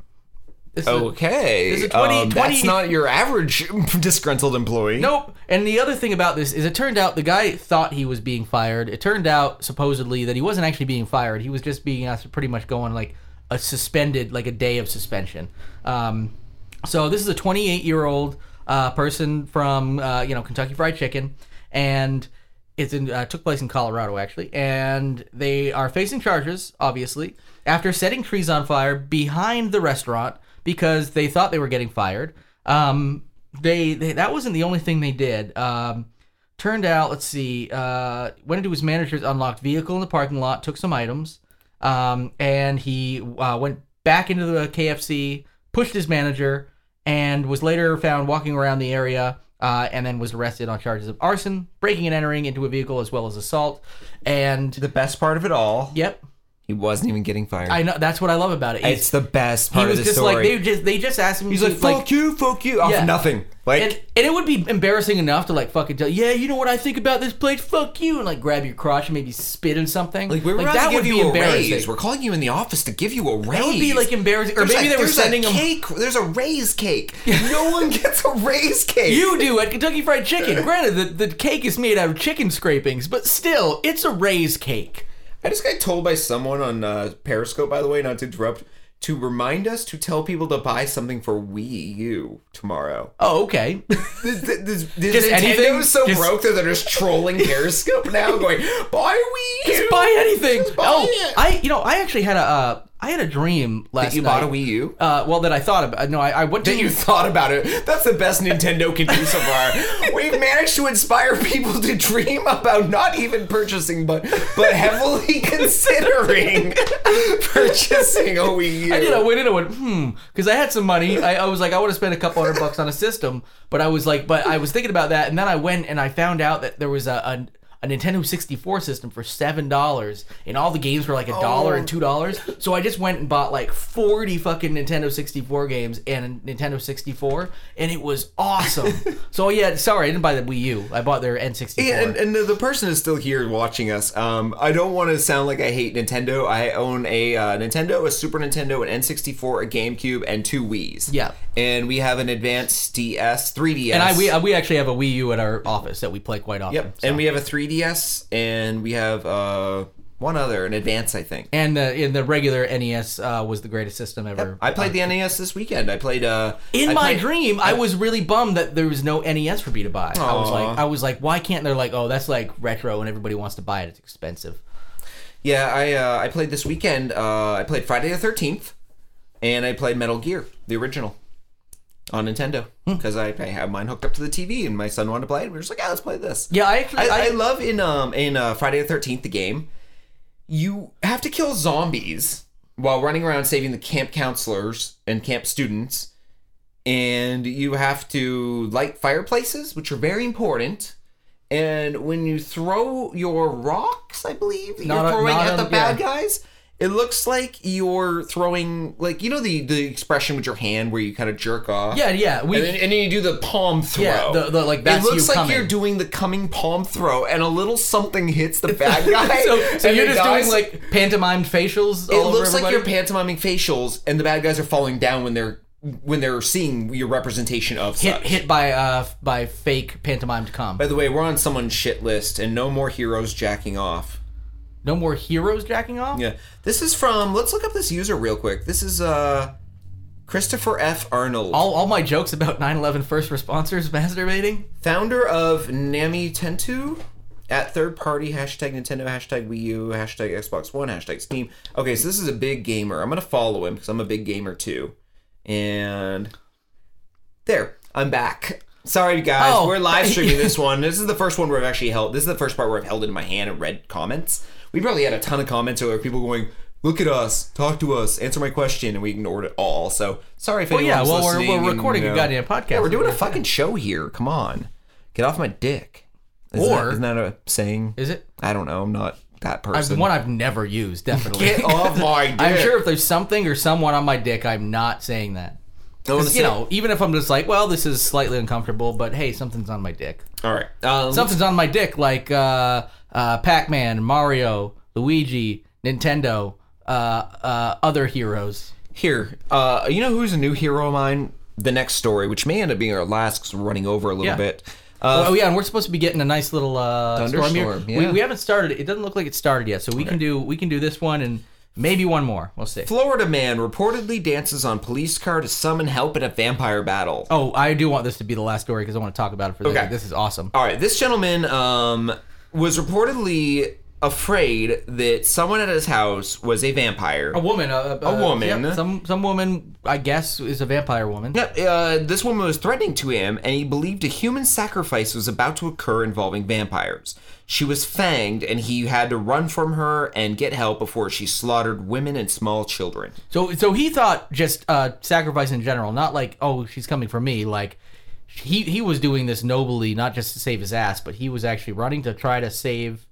S3: This is a-
S4: Okay.
S3: There's a 20
S4: um, That's
S3: 20
S4: not your average disgruntled employee.
S3: nope. And the other thing about this is it turned out the guy thought he was being fired. It turned out supposedly that he wasn't actually being fired. He was just being asked to pretty much go on like a suspended, like a day of suspension. Um, so this is a 28 year old uh, person from uh, you know Kentucky Fried Chicken, and it's in uh, took place in Colorado actually, and they are facing charges obviously after setting trees on fire behind the restaurant because they thought they were getting fired. Um, they, they that wasn't the only thing they did. Um, turned out, let's see, uh, went into his manager's unlocked vehicle in the parking lot, took some items, um, and he uh, went back into the KFC, pushed his manager, and was later found walking around the area. Uh, and then was arrested on charges of arson, breaking and entering into a vehicle, as well as assault. And
S4: The best part of it all,
S3: yep,
S4: he wasn't even getting fired.
S3: I know that's what I love about it. He's-
S4: it's the best
S3: he
S4: part
S3: was
S4: of the
S3: just
S4: story.
S3: like they just they just asked him.
S4: He's
S3: to,
S4: like, fuck you, fuck you, off
S3: Yeah.
S4: nothing. Like,
S3: and, and it would be embarrassing enough to like fucking tell, yeah, you know what I think about this place? Fuck you, and like grab your crotch and maybe spit in something.
S4: like we're about to give you a raise. We're
S3: That
S4: calling you in the office to give you a raise.
S3: would be like embarrassing, or
S4: There's
S3: maybe
S4: a-
S3: they were
S4: there's a
S3: sending him.
S4: cake. There's a raise cake. no one gets a raise cake.
S3: You do at Kentucky Fried Chicken. Granted, the, the cake is made out of chicken scrapings, but still, it's a raised cake.
S4: I just got told by someone on uh, Periscope, by the way, not to interrupt, to remind us to tell people to buy something for Wii U tomorrow.
S3: Oh, okay.
S4: This, this, this
S3: Just anything?
S4: Nintendo's so
S3: Just-
S4: broke that they're just trolling Periscope now, going buy Wii U.
S3: Just buy anything.
S4: Just buy
S3: oh,
S4: it.
S3: I you know I actually had a uh, I had a dream last
S4: you
S3: night.
S4: bought a Wii U?
S3: Uh, well, that I thought about. No, I, I went to
S4: That you thought about it. That's the best Nintendo can do so far. We've managed to inspire people to dream about not even purchasing, but but heavily considering purchasing a Wii U.
S3: I did. I went in. I went, hmm, because I had some money. I, I was like, I want to spend a couple hundred bucks on a system, but I was like, but I was thinking about that, and then I went and I found out that there was a. a a Nintendo 64 system for seven dollars, and all the games were like a dollar
S4: Oh.
S3: and two dollars. So I just went and bought like forty fucking Nintendo 64 games and a Nintendo 64, and it was awesome. so yeah, sorry, I didn't buy the Wii U. I bought their N64.
S4: Yeah, and, and the- the person is still here watching us. Um, I don't want to sound like I hate Nintendo. I own a uh, Nintendo, a Super Nintendo, an N64, a GameCube, and two Wii's.
S3: Yeah.
S4: And we have an advanced DS, 3DS.
S3: And I we, we actually have a Wii U at our office that we play quite often.
S4: Yep.
S3: so.
S4: And we have a 3DS, and we have uh, one other, an Advance, I think.
S3: and the in the regular NES uh, was the greatest system ever. Uh,
S4: I played the NES this weekend. I played. Uh,
S3: in
S4: I
S3: my
S4: played-
S3: dream, I was really bummed that there was no NES for me to buy. I was like, I was like, why can't they're like, oh, that's like retro and everybody wants to buy it. It's expensive.
S4: Yeah, I uh, I played this weekend. Uh, I played Friday the Thirteenth, and I played Metal Gear, the original. on Nintendo
S3: Hmm.
S4: because I, I have mine hooked up to the TV and my son wanted to play it. We were just like, yeah, let's play this.
S3: Yeah, I actually-
S4: I,
S3: I-
S4: I love in um in uh, Friday the Thirteenth the game. You have to kill zombies while running around saving the camp counselors and camp students, and you have to light fireplaces, which are very important. And when you throw your rocks, I believe that
S3: Not
S4: you're
S3: a-
S4: throwing
S3: not
S4: at the
S3: a-
S4: bad
S3: yeah.
S4: guys, it looks like you're throwing like you know the the expression with your hand where you kind of jerk off.
S3: Yeah, yeah. We
S4: and, then, and then you do the palm throw.
S3: Yeah, the- the, like, that's
S4: it looks
S3: you
S4: like
S3: coming.
S4: you're doing the coming palm throw, and a little something hits the bad guy.
S3: so, so
S4: and
S3: you're
S4: the
S3: just
S4: guys-
S3: doing like pantomime facials.
S4: it
S3: all over
S4: looks like
S3: everybody?
S4: you're pantomiming facials, and the bad guys are falling down when they're when they're seeing your representation of
S3: hit
S4: such.
S3: hit by uh by fake pantomimed com.
S4: By the way, we're on someone's shit list, and no more heroes jacking off.
S3: No more heroes jacking off.
S4: Yeah. This is from let's look up this user real quick. This is uh Christopher F. Arnold,
S3: All, all my jokes about 9/11 first responders masturbating.
S4: founder of Nami Tentu at third party hashtag Nintendo hashtag Wii U hashtag Xbox One hashtag Steam. Okay, so this is a big gamer. I'm gonna follow him because I'm a big gamer too. And there, I'm back. Sorry guys,
S3: Oh.
S4: we're live streaming this one. This is the first one where I've actually held. This is the first part where I've held it in my hand and read comments. We probably had a ton of comments over people going, "Look at us, talk to us, answer my question," and we ignored it all. So sorry if
S3: Well, yeah,
S4: anyone's
S3: well, we're-
S4: listening.
S3: we're
S4: and,
S3: recording
S4: you
S3: a
S4: know-
S3: goddamn podcast.
S4: Yeah, we're doing a fucking show here. Come on, get off my dick. Isn't
S3: Or-
S4: that, isn't that a saying?
S3: Is it?
S4: I don't know. I'm not that
S3: I've,
S4: person.
S3: one I've never used. Definitely.
S4: Get off my dick.
S3: I'm sure if there's something or someone on my dick, I'm not saying that.
S4: I wanna
S3: 'Cause,
S4: say-
S3: you know, even if I'm just like, well, this is slightly uncomfortable, but hey, something's on my dick.
S4: All right. Um,
S3: Something's on my dick, like uh, uh, Pac-Man, Mario, Luigi, Nintendo, uh, uh, other heroes.
S4: Here, uh, you know who's a new hero of mine? The next story, which may end up being our last, 'cause we're running over a little
S3: Yeah.
S4: bit.
S3: Oh,
S4: Uh,
S3: yeah, and we're supposed to be getting a nice little uh, storm here.
S4: Thunderstorm, yeah.
S3: We, we haven't started. It doesn't look like it started yet, so we can do we can do this one and maybe one more. We'll see.
S4: Florida man reportedly dances on police car to summon help in a vampire battle.
S3: Oh, I do want this to be the last story because I want to talk about it for
S4: Okay.
S3: okay. This is awesome.
S4: All right, this gentleman um, was reportedly afraid that someone at his house was a vampire.
S3: A woman, a,
S4: A woman.
S3: yep, some some woman, I guess, is a vampire woman.
S4: Yep, uh, this woman was threatening to him, and he believed a human sacrifice was about to occur involving vampires. She was fanged, and he had to run from her and get help before she slaughtered women and small children.
S3: So so he thought just uh, sacrifice in general, not like oh she's coming for me. Like he he was doing this nobly, not just to save his ass, but he was actually running to try to save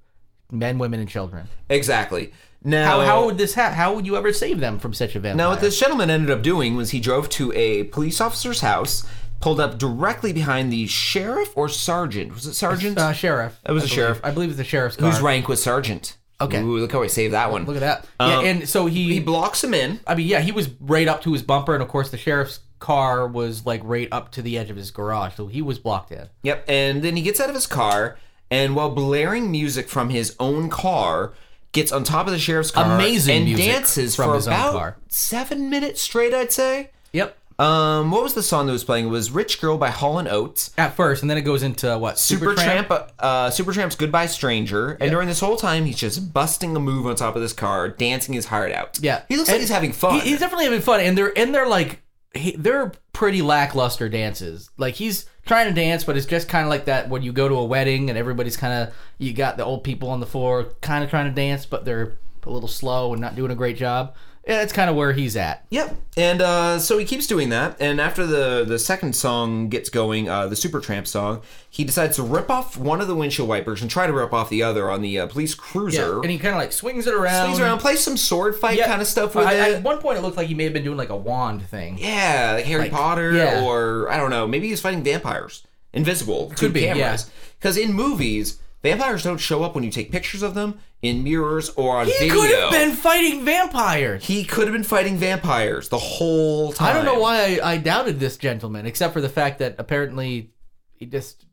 S3: men, women, and children.
S4: Exactly. Now,
S3: How, how would this happen? How would you ever save them from such a vampire?
S4: Now, what this gentleman ended up doing was he drove to a police officer's house, pulled up directly behind the sheriff or sergeant. Was it sergeant?
S3: uh, sheriff.
S4: It
S3: I
S4: was a
S3: believe.
S4: sheriff.
S3: I believe it's the sheriff's car.
S4: Whose rank was sergeant?
S3: Okay.
S4: Ooh, look how I saved that one.
S3: Look at that.
S4: Um,
S3: yeah, and so he,
S4: He blocks him in.
S3: I mean, yeah, he was right up to his bumper, and of course the sheriff's car was like right up to the edge of his garage, so he was blocked in.
S4: Yep. And then he gets out of his car, and while blaring music from his own car, gets on top of the sheriff's car
S3: Amazing
S4: and
S3: music
S4: dances
S3: from
S4: for
S3: his own
S4: about
S3: car.
S4: seven minutes straight. I'd say.
S3: Yep.
S4: Um, what was the song that was playing? It was "Rich Girl" by Hall and Oates.
S3: At first, and then it goes into what
S4: Supertramp, uh, Supertramp's Goodbye Stranger, and during this whole time, he's just busting a move on top of this car, dancing his heart out.
S3: Yeah,
S4: he looks
S3: And
S4: like he's having fun.
S3: he- he's definitely having fun, and they're and they're like he, they're pretty lackluster dances. Like he's trying to dance, but it's just kind of like that when you go to a wedding and everybody's kind of you got the old people on the floor kind of trying to dance, but they're a little slow and not doing a great job. Yeah, that's kind of where he's at.
S4: Yep. And uh, so he keeps doing that. And after the, the second song gets going, uh, the Supertramp song, he decides to rip off one of the windshield wipers and try to rip off the other on the uh, police cruiser.
S3: and he kind of like swings it around.
S4: swings around, plays some sword fight
S3: Yeah.
S4: kind of stuff with
S3: I- I-
S4: it.
S3: At one point, it looked like he may have been doing like a wand thing.
S4: yeah, like Harry Potter,
S3: yeah.
S4: or I don't know, maybe he's fighting vampires, invisible to
S3: Could be, yeah.
S4: cameras. Because in movies, vampires don't show up when you take pictures of them in mirrors or on
S3: He
S4: video.
S3: could have been fighting vampires.
S4: He could have been fighting vampires the whole time.
S3: I don't know why I, I doubted this gentleman, except for the fact that apparently he just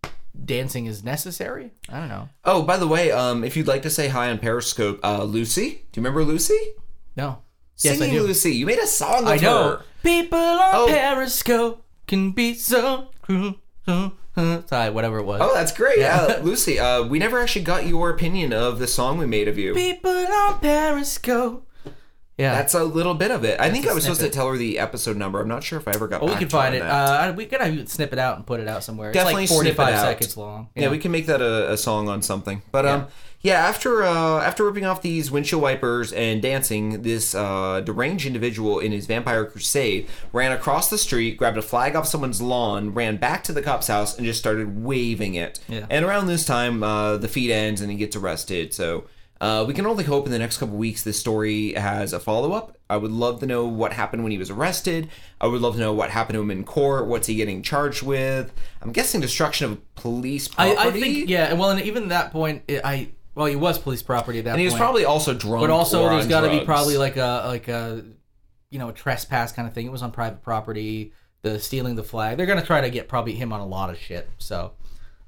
S3: dancing is necessary. I don't know.
S4: Oh, by the way, um, if you'd like to say hi on Periscope, uh, Lucy, do you remember Lucy?
S3: No.
S4: Singing Lucy, you made a song. With
S3: I know.
S4: Her.
S3: People on
S4: Oh.
S3: Periscope can be so cruel. so- uh, Sorry, whatever it was.
S4: Oh, that's great, uh, Lucy. Uh, we never actually got your opinion of the song we made of you.
S3: People on Periscope Yeah.
S4: That's a little bit of it. I think I was supposed to
S3: snippet.
S4: tell her the episode number. I'm not sure if I ever got.
S3: Well, we
S4: back
S3: can
S4: to her
S3: find
S4: on
S3: it.
S4: that.
S3: Uh, we could have snip it out and put it out somewhere.
S4: Definitely
S3: it's like
S4: snip it
S3: 45
S4: out.
S3: seconds long.
S4: Yeah, we can make that a, a song on something. But um, yeah, after uh, after ripping off these windshield wipers and dancing, this uh, deranged individual in his vampire crusade ran across the street, grabbed a flag off someone's lawn, ran back to the cop's house, and just started waving it.
S3: Yeah.
S4: And around this time, uh, the feed ends and he gets arrested. So. Uh, we can only hope in the next couple weeks this story has a follow up. I would love to know what happened when he was arrested. I would love to know what happened to him in court. What's he getting charged with? I'm guessing destruction of police
S3: I,
S4: property.
S3: I think yeah. Well, and even that point, it, I well, he was police property at that.
S4: And he was
S3: point.
S4: probably also drunk.
S3: but also
S4: or
S3: there's
S4: on
S3: got to be
S4: drugs.
S3: probably like a like a you know a trespass kind of thing. It was on private property. The stealing the flag. They're gonna try to get probably him on a lot of shit. So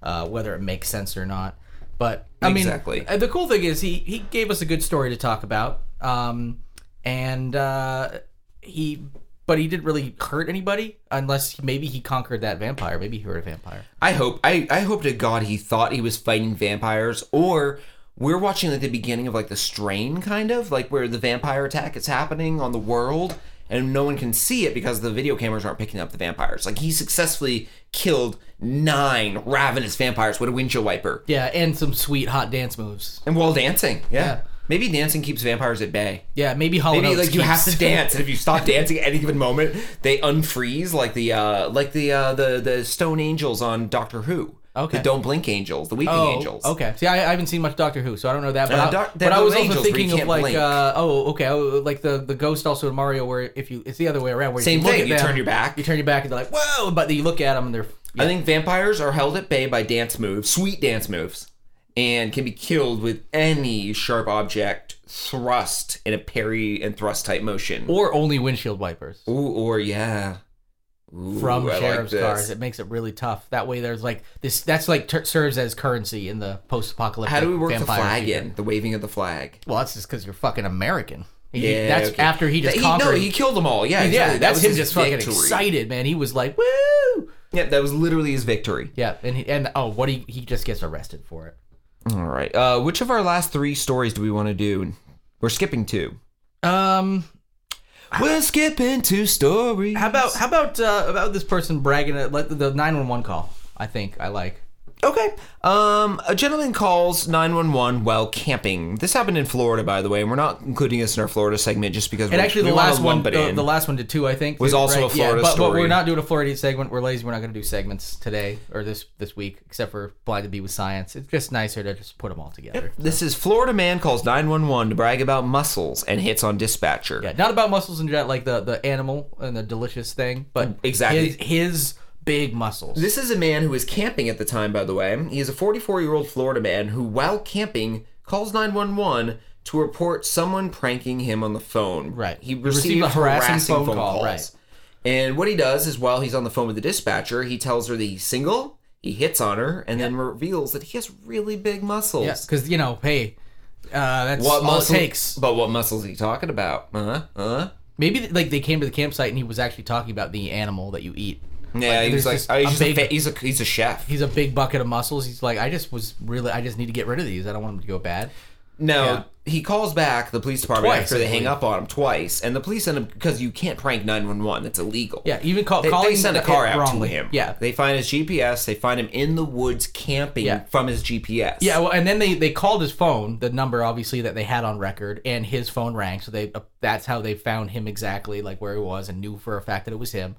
S3: uh, whether it makes sense or not, but I mean,
S4: Exactly.
S3: uh, The cool thing is he he gave us a good story to talk about. Um, and uh, he. But he didn't really hurt anybody, unless maybe he conquered that vampire. Maybe he hurt a vampire.
S4: I hope. I, I hope to God he thought he was fighting vampires, or we're watching like the beginning of like the strain, kind of like where the vampire attack is happening on the world, and no one can see it because the video cameras aren't picking up the vampires. Like he successfully killed nine ravenous vampires with a windshield wiper
S3: Yeah, and some sweet hot dance moves.
S4: and while dancing. Yeah.
S3: Yeah.
S4: Maybe dancing keeps vampires at bay.
S3: Yeah, maybe Hollow
S4: Maybe
S3: Notes
S4: like you have
S3: keeps-
S4: to dance, and if you stop dancing at any given moment, they unfreeze like the uh like the uh the the stone angels on Doctor Who.
S3: Okay.
S4: The don't blink angels, the weeping
S3: Oh,
S4: angels.
S3: Okay. See, I, I haven't seen much Doctor Who, so I don't know that. But,
S4: Uh,
S3: I,
S4: doc-
S3: but I
S4: those
S3: was also
S4: angels where you
S3: thinking of
S4: can't
S3: like,
S4: blink.
S3: uh, oh, okay, oh, like the the ghost also in Mario, where if you it's the other way around, where
S4: Same
S3: you look
S4: thing,
S3: at
S4: you
S3: them,
S4: turn your back.
S3: you turn your back, and they're like, whoa, but then you look at them and they're
S4: I think vampires are held at bay by dance moves, sweet dance moves, and can be killed with any sharp object thrust in a parry and thrust type motion.
S3: or only windshield wipers
S4: Ooh, or yeah. Ooh,
S3: from
S4: I like
S3: sheriff's
S4: this.
S3: cars. It makes it really tough. That way, there's like this. That's like ter- serves as currency in the post-apocalyptic.
S4: How do we work the
S3: vampire
S4: flag
S3: future.
S4: in? The waving of the flag.
S3: Well, that's just because you're fucking American. He-
S4: Yeah,
S3: that's
S4: okay.
S3: after he just
S4: He-
S3: conquered.
S4: No, he killed them all. Yeah,
S3: yeah,
S4: exactly. That
S3: that's
S4: was
S3: him
S4: his
S3: just fucking
S4: victory.
S3: excited, man. He was like, woo.
S4: Yeah, that was literally his victory.
S3: Yeah, and he, and oh, what he he just gets arrested for it.
S4: All right. Uh, which of our last three stories do we want to do? We're skipping two.
S3: Um,
S4: We're skipping two stories.
S3: how about how about uh, about this person bragging at like, the nine one one call? I think I like.
S4: Okay. Um, a gentleman calls 911 while camping. This happened in Florida, by the way, and we're not including this in our Florida segment just because
S3: And
S4: we,
S3: actually,
S4: we
S3: the
S4: wanna
S3: last one,
S4: lump it
S3: the,
S4: in.
S3: the last one did two, I think,
S4: Was also a Florida
S3: but, But we're
S4: story.
S3: not doing a Florida segment. We're lazy. We're not going to do segments today or this this week, except for Blind to Be with Science. It's just nicer to just put them all together.
S4: This is Florida man calls 911 to brag about muscles and hits on dispatcher.
S3: Yeah, not about muscles and jet like the the animal and the delicious thing, but
S4: Mm, Exactly.
S3: his, his big muscles.
S4: This is a man who was camping at the time, by the way. He is a 44 year old Florida man who, while camping, calls 911 to report someone pranking him on the phone.
S3: Right.
S4: He
S3: Received
S4: received,
S3: a harassing
S4: harassing,
S3: phone
S4: phone,
S3: call,
S4: calls.
S3: right.
S4: And what he does is, while he's on the phone with the dispatcher, he tells her that he's single, he hits on her, and then reveals that he has really big muscles.
S3: yes, because you know, hey, uh, that's
S4: What
S3: all
S4: muscle-
S3: it takes.
S4: But what muscles are you talking about? Huh? Huh?
S3: Maybe like they came to the campsite and he was actually talking about the animal that you eat.
S4: Yeah,
S3: Like,
S4: he was
S3: there's
S4: like,
S3: just
S4: oh, he's,
S3: a
S4: just a
S3: big-
S4: fa- he's a he's a chef.
S3: He's a big bucket of muscles. He's like, I just was really, I just need to get rid of these. I don't want them to go bad.
S4: No,
S3: Yeah.
S4: he calls back the police department
S3: Twice,
S4: after
S3: I
S4: they hang
S3: believe.
S4: up on him twice, and the police send him because you can't prank nine one one; it's illegal.
S3: Yeah, even call,
S4: They,
S3: calling
S4: they send a
S3: the-
S4: car
S3: it
S4: out
S3: wrongly.
S4: to him.
S3: Yeah,
S4: they find his GPS. They find him in the woods camping
S3: Yeah.
S4: from his GPS.
S3: yeah. Well, and then they they called his phone, the number obviously that they had on record, and his phone rang. So they uh, that's how they found him exactly, like where he was, and knew for a fact that it was him.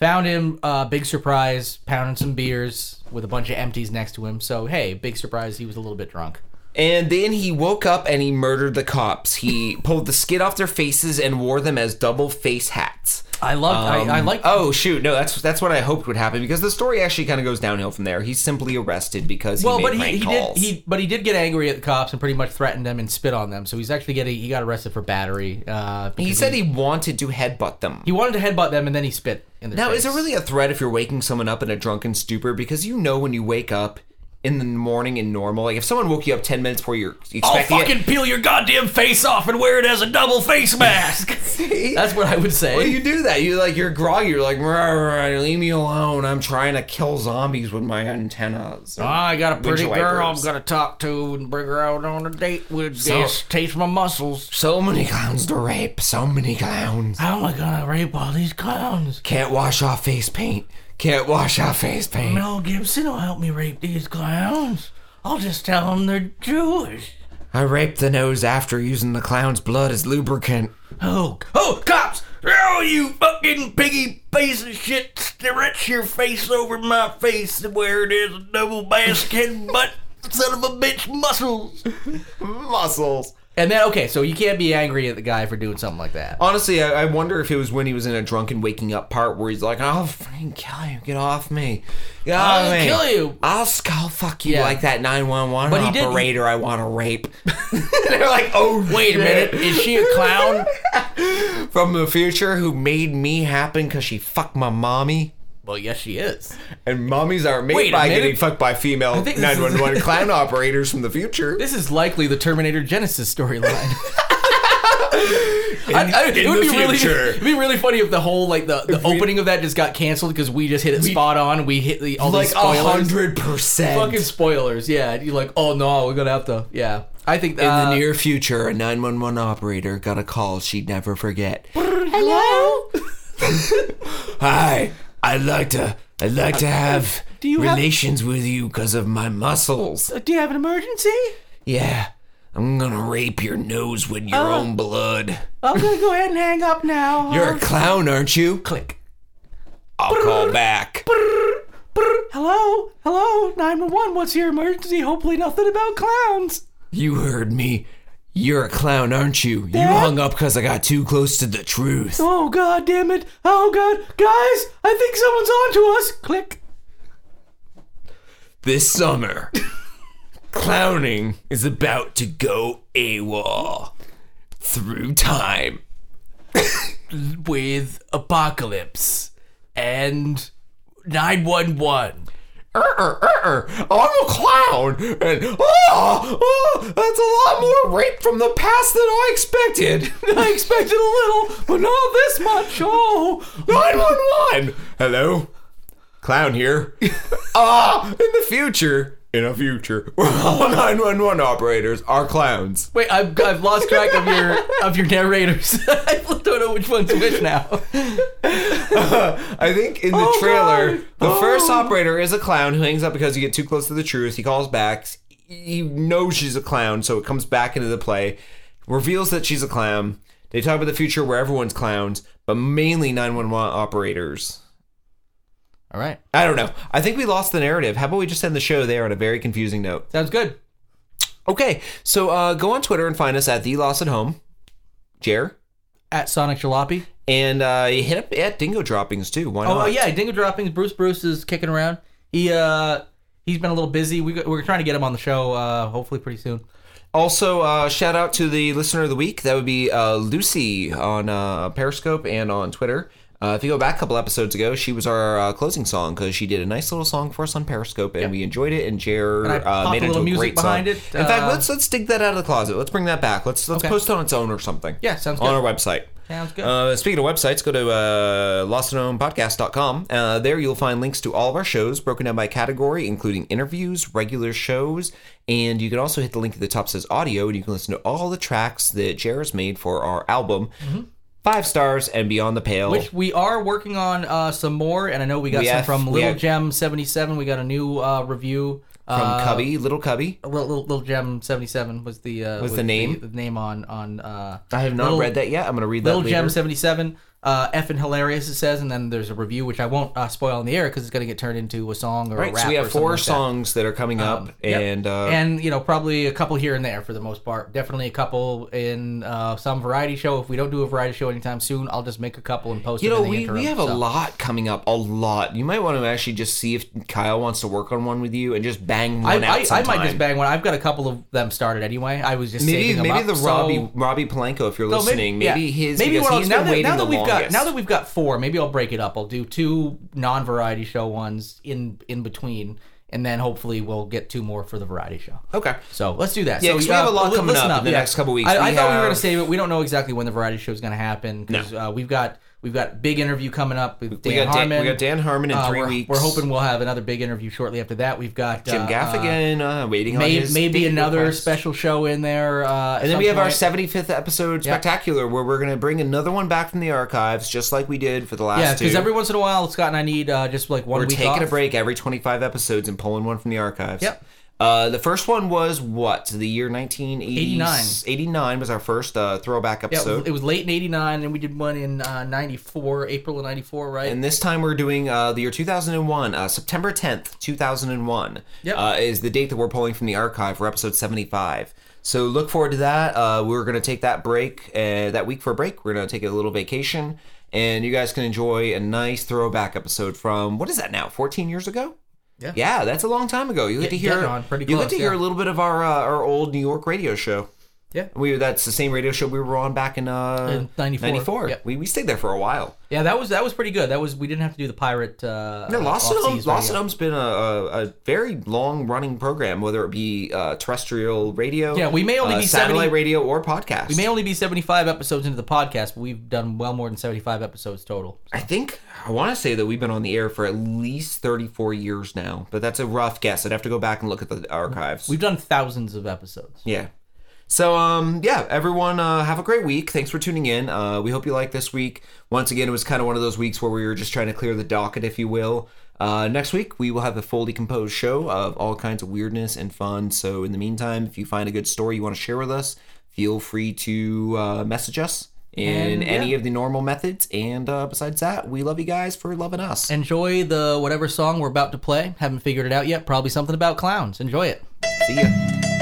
S3: Found him, uh, big surprise, pounding some beers with a bunch of empties next to him. So hey, big surprise, he was a little bit drunk.
S4: and then he woke up and he murdered the cops. He pulled the skid off their faces and wore them as double face hats.
S3: I loved,
S4: Um,
S3: I, I liked
S4: Oh shoot! No, that's that's what I hoped would happen because the story actually kind of goes downhill from there. He's simply arrested because he
S3: well,
S4: made
S3: but he,
S4: prank
S3: he did
S4: calls.
S3: he but he did get angry at the cops and pretty much threatened them and spit on them. So he's actually getting he got arrested for battery. Uh,
S4: he
S3: because
S4: said he wanted to headbutt them.
S3: he wanted to headbutt them and then he spit in their
S4: Now,
S3: face.
S4: is it really a threat if you're waking someone up in a drunken stupor? Because you know when you wake up, in the morning and normal. Like if someone woke you up ten minutes before you're
S3: I'll
S4: expecting
S3: fucking peel your goddamn face off and wear it as a double face mask.
S4: it,
S3: That's what I would say.
S4: Well, you do that. You like you're groggy. You're like, "Rah, rah, leave me alone. I'm trying to kill zombies with my antennas.
S3: Oh, I got a pretty
S4: Windshield
S3: girl I'm
S4: wipers.
S3: gonna talk to and bring her out on a date with.
S4: So-
S3: Just taste my muscles.
S4: So many clowns to rape. So many clowns.
S3: How am I gonna rape all these clowns?
S4: Can't wash off face paint. Can't wash off face paint.
S3: Mel Gibson will help me rape these clowns. I'll just tell them they're Jewish.
S4: I raped the nose after using the clown's blood as lubricant.
S3: Oh, oh, cops! Oh, you fucking piggy piece of shit! Stretch your face over my face and where it is a double basket butt son of a bitch muscles.
S4: Muscles.
S3: And then, okay, so you can't be angry at the guy for doing something like that.
S4: Honestly, I, I wonder if it was when he was in a drunken waking up part where he's like, "I'll fucking kill you. Get off me. Get off
S3: I'll
S4: me.
S3: kill you."
S4: I'll skull fuck you
S3: Yeah.
S4: like that 911
S3: But he didn't.
S4: operator I want to rape." They're like, "Oh,
S3: Wait a minute, is she a clown?
S4: from the future who made me happen because she fucked my mommy."
S3: well, yes, she is.
S4: And mommies are made
S3: Wait a
S4: by
S3: minute.
S4: getting fucked by female
S3: think this is-
S4: 911 clown operators from the future.
S3: This is likely the Terminator Genesis storyline. I- I- it
S4: in
S3: would
S4: the
S3: be really,
S4: future.
S3: it'd be really funny if the whole like the, the opening of that just got canceled because we just hit it spot on. We hit the all
S4: like
S3: these
S4: a
S3: spoilers.
S4: hundred percent.
S3: fucking spoilers. Yeah, you're like, oh no, we're gonna have to. Yeah, I think
S4: In
S3: uh,
S4: the near future, a 911 operator got a call she'd never forget.
S3: Hello.
S4: Hi, I'd like to, I'd like to have
S3: Uh, do you have-
S4: relations with you because of my muscles.
S3: Do you have an emergency?
S4: Yeah, I'm gonna rape your nose with your
S3: Uh,
S4: own blood.
S3: I'm gonna go ahead and hang up now.
S4: You're a clown, aren't you? Click. I'll call back.
S3: Hello, hello, nine one one. What's your emergency? Hopefully, nothing about clowns.
S4: You heard me. You're a clown, aren't you? You hung up because I got too close to the truth.
S3: Oh god, damn it! Oh god, guys, I think someone's on to us. Click.
S4: This summer, clowning is about to go AWOL through time.
S3: with Apocalypse and 911.
S4: Er, er, er. I'm a clown, and oh, oh, that's a lot more rape from the past than I expected.
S3: I expected a little, but not this much. Oh,
S4: 911! Hello? Clown here. Ah, in the future. In a future. We're all 911 operators are clowns.
S3: wait, I've, I've lost track of your of your narrators. I don't know which one's which now.
S4: I think in the
S3: Oh,
S4: trailer,
S3: God.
S4: the first
S3: Oh.
S4: operator is a clown who hangs up because you get too close to the truth. He calls back. He knows she's a clown, so it comes back into the play. Reveals that she's a clown. They talk about the future where everyone's clowns, but mainly 911 operators.
S3: All right,
S4: I don't know. I think we lost the narrative. How about we just end the show there on a very confusing note?
S3: sounds good.
S4: Okay, so uh, go on Twitter and find us at the Lost at Home, Jer,
S3: At Sonic Jalopy.
S4: and uh, hit up at Dingo Droppings too. Why
S3: Oh,
S4: not?
S3: oh, yeah, Dingo droppings. Bruce Bruce is kicking around. He uh he's been a little busy. We got- we're trying to get him on the show. Uh, hopefully pretty soon.
S4: Also, uh, shout out to the listener of the week. That would be uh, Lucy on uh, Periscope and on Twitter. Uh, if you go back a couple episodes ago, she was our uh, closing song because she did a nice little song for us on Periscope, and we enjoyed it. And Jer
S3: I
S4: uh,
S3: popped a
S4: made it into
S3: little
S4: a
S3: music
S4: great
S3: behind
S4: song.
S3: it,
S4: In fact,
S3: uh,
S4: let's let's dig that out of the closet. Let's bring that back. Let's let's
S3: Okay.
S4: post it on its own or something.
S3: Yeah, sounds
S4: on
S3: good.
S4: our website.
S3: Sounds good.
S4: Uh, speaking of websites, go to uh, lostandownpodcast.com. Uh, there you'll find links to all of our shows broken down by category, including interviews, regular shows, and you can also hit the link at the top that says audio, and you can listen to all the tracks that Jared's made for our album, Five Stars and Beyond the Pale.
S3: Mm-hmm. Which we are working on uh, some more, and I know we got
S4: We
S3: some
S4: have-
S3: from
S4: we
S3: Little
S4: have-
S3: Gem seventy seven. We got a new uh, review
S4: from
S3: uh,
S4: Cubby, Little Cubby.
S3: Little, Little, Little Gem seventy seven was the uh,
S4: Was the name?
S3: the, name on on. Uh,
S4: I have not
S3: Little-
S4: read that yet. I'm going to read that
S3: Little
S4: later.
S3: Gem seventy seven. Uh, F and hilarious it says, and then there's a review which I won't uh, spoil in the air because it's going to get turned into a song or a
S4: Right,
S3: rap.
S4: so we
S3: or
S4: have
S3: something
S4: four
S3: like that. Um,
S4: songs that are coming up,
S3: Yep.
S4: and uh,
S3: and you know probably a couple here and there for the most part. Definitely a couple in uh, some variety show. If we don't do a variety show anytime soon, I'll just make a couple and post.
S4: You
S3: them
S4: know,
S3: in the
S4: we,
S3: interim,
S4: we have
S3: so.
S4: a lot coming up, a lot. You might want to actually just see if Kyle wants to work on one with you and just bang
S3: I,
S4: one out
S3: I, I
S4: sometime.
S3: might just bang one. I've got a couple of them started anyway. I was just
S4: Maybe
S3: saving them
S4: maybe
S3: up,
S4: the
S3: so-
S4: Robbie Robbie Polanco, if you're
S3: So
S4: listening, maybe,
S3: yeah.
S4: his
S3: maybe
S4: because
S3: what I'll-
S4: he's
S3: now
S4: been
S3: that,
S4: waiting
S3: now
S4: the
S3: that we've
S4: longest.
S3: got now that we've got four. Maybe I'll break it up. I'll do two non-variety show ones in in between, and then hopefully we'll get two more for the variety show.
S4: Okay.
S3: So let's do that.
S4: Yeah,
S3: so uh,
S4: 'cause we have a lot
S3: li-
S4: coming
S3: listen
S4: up in the next couple weeks.
S3: I, I
S4: We
S3: thought we were
S4: have-
S3: going to save it. We don't know exactly when the variety show is going to happen because uh, we've got we've got big interview coming up with Dan
S4: we got Dan,
S3: Harmon.
S4: we got Dan Harmon in
S3: Uh,
S4: 3
S3: we're,
S4: weeks.
S3: We're hoping we'll have another big interview shortly after that. We've got
S4: Jim
S3: uh,
S4: Gaffigan uh, waiting
S3: uh,
S4: on
S3: may,
S4: his
S3: maybe
S4: big
S3: another
S4: request.
S3: special show in there. Uh,
S4: And then we have our 75th episode spectacular where we're going to bring another one back from the archives just like we did for the last
S3: yeah,
S4: two.
S3: because every once in a while, Scott and I need uh, just like one
S4: We're
S3: week
S4: taking
S3: off.
S4: a break every 25 episodes and pulling one from the archives.
S3: Yep.
S4: Uh, the first one was what? The year 1989. 89 was our first uh, throwback
S3: Yeah, it
S4: episode.
S3: was, it was late in '89, and we did one in uh, '94, April of '94, right?
S4: and this time we're doing uh, the year 2001, uh, September 10th, 2001
S3: Yep.
S4: uh, is the date that we're pulling from the archive for episode 75. So look forward to that. Uh, we're going to take that break, uh, that week for a break. We're going to take a little vacation, and you guys can enjoy a nice throwback episode from what is that now? 14 years ago.
S3: Yeah.
S4: yeah, that's a long time ago. You get to
S3: Yeah,
S4: hear,
S3: getting on pretty
S4: you get
S3: close,
S4: to hear
S3: yeah.
S4: a little bit of our uh, our old New York radio show.
S3: yeah,
S4: We that's the same radio show we were on back in uh
S3: In 94. Yep.
S4: We we stayed there for a while.
S3: yeah, that was that was pretty good. That was we didn't have to do the pirate. Uh,
S4: Yeah, Lost at Home.
S3: off-seas
S4: Lost at
S3: radio.
S4: Home's been a, a, a very long running program, whether it be uh, terrestrial radio,
S3: Yeah, we may only
S4: uh,
S3: be 70
S4: satellite radio or podcast.
S3: We may only be 75 episodes into the podcast, but we've done well more than 75 episodes total.
S4: I think I want to say that we've been on the air for at least thirty four years now, but that's a rough guess. I'd have to go back and look at the archives.
S3: We've done thousands of episodes.
S4: Yeah. So um yeah, everyone uh, have a great week. Thanks for tuning in. Uh, we hope you like this week. Once again, it was kind of one of those weeks where we were just trying to clear the docket, if you will. Uh, next week we will have a fully composed show of all kinds of weirdness and fun. So in the meantime, if you find a good story you want to share with us, feel free to uh, message us in
S3: And,
S4: any
S3: yeah.
S4: of the normal methods. And uh, besides that, we love you guys for loving us.
S3: Enjoy the whatever song we're about to play. Haven't figured it out yet. Probably something about clowns. Enjoy it.
S4: See ya.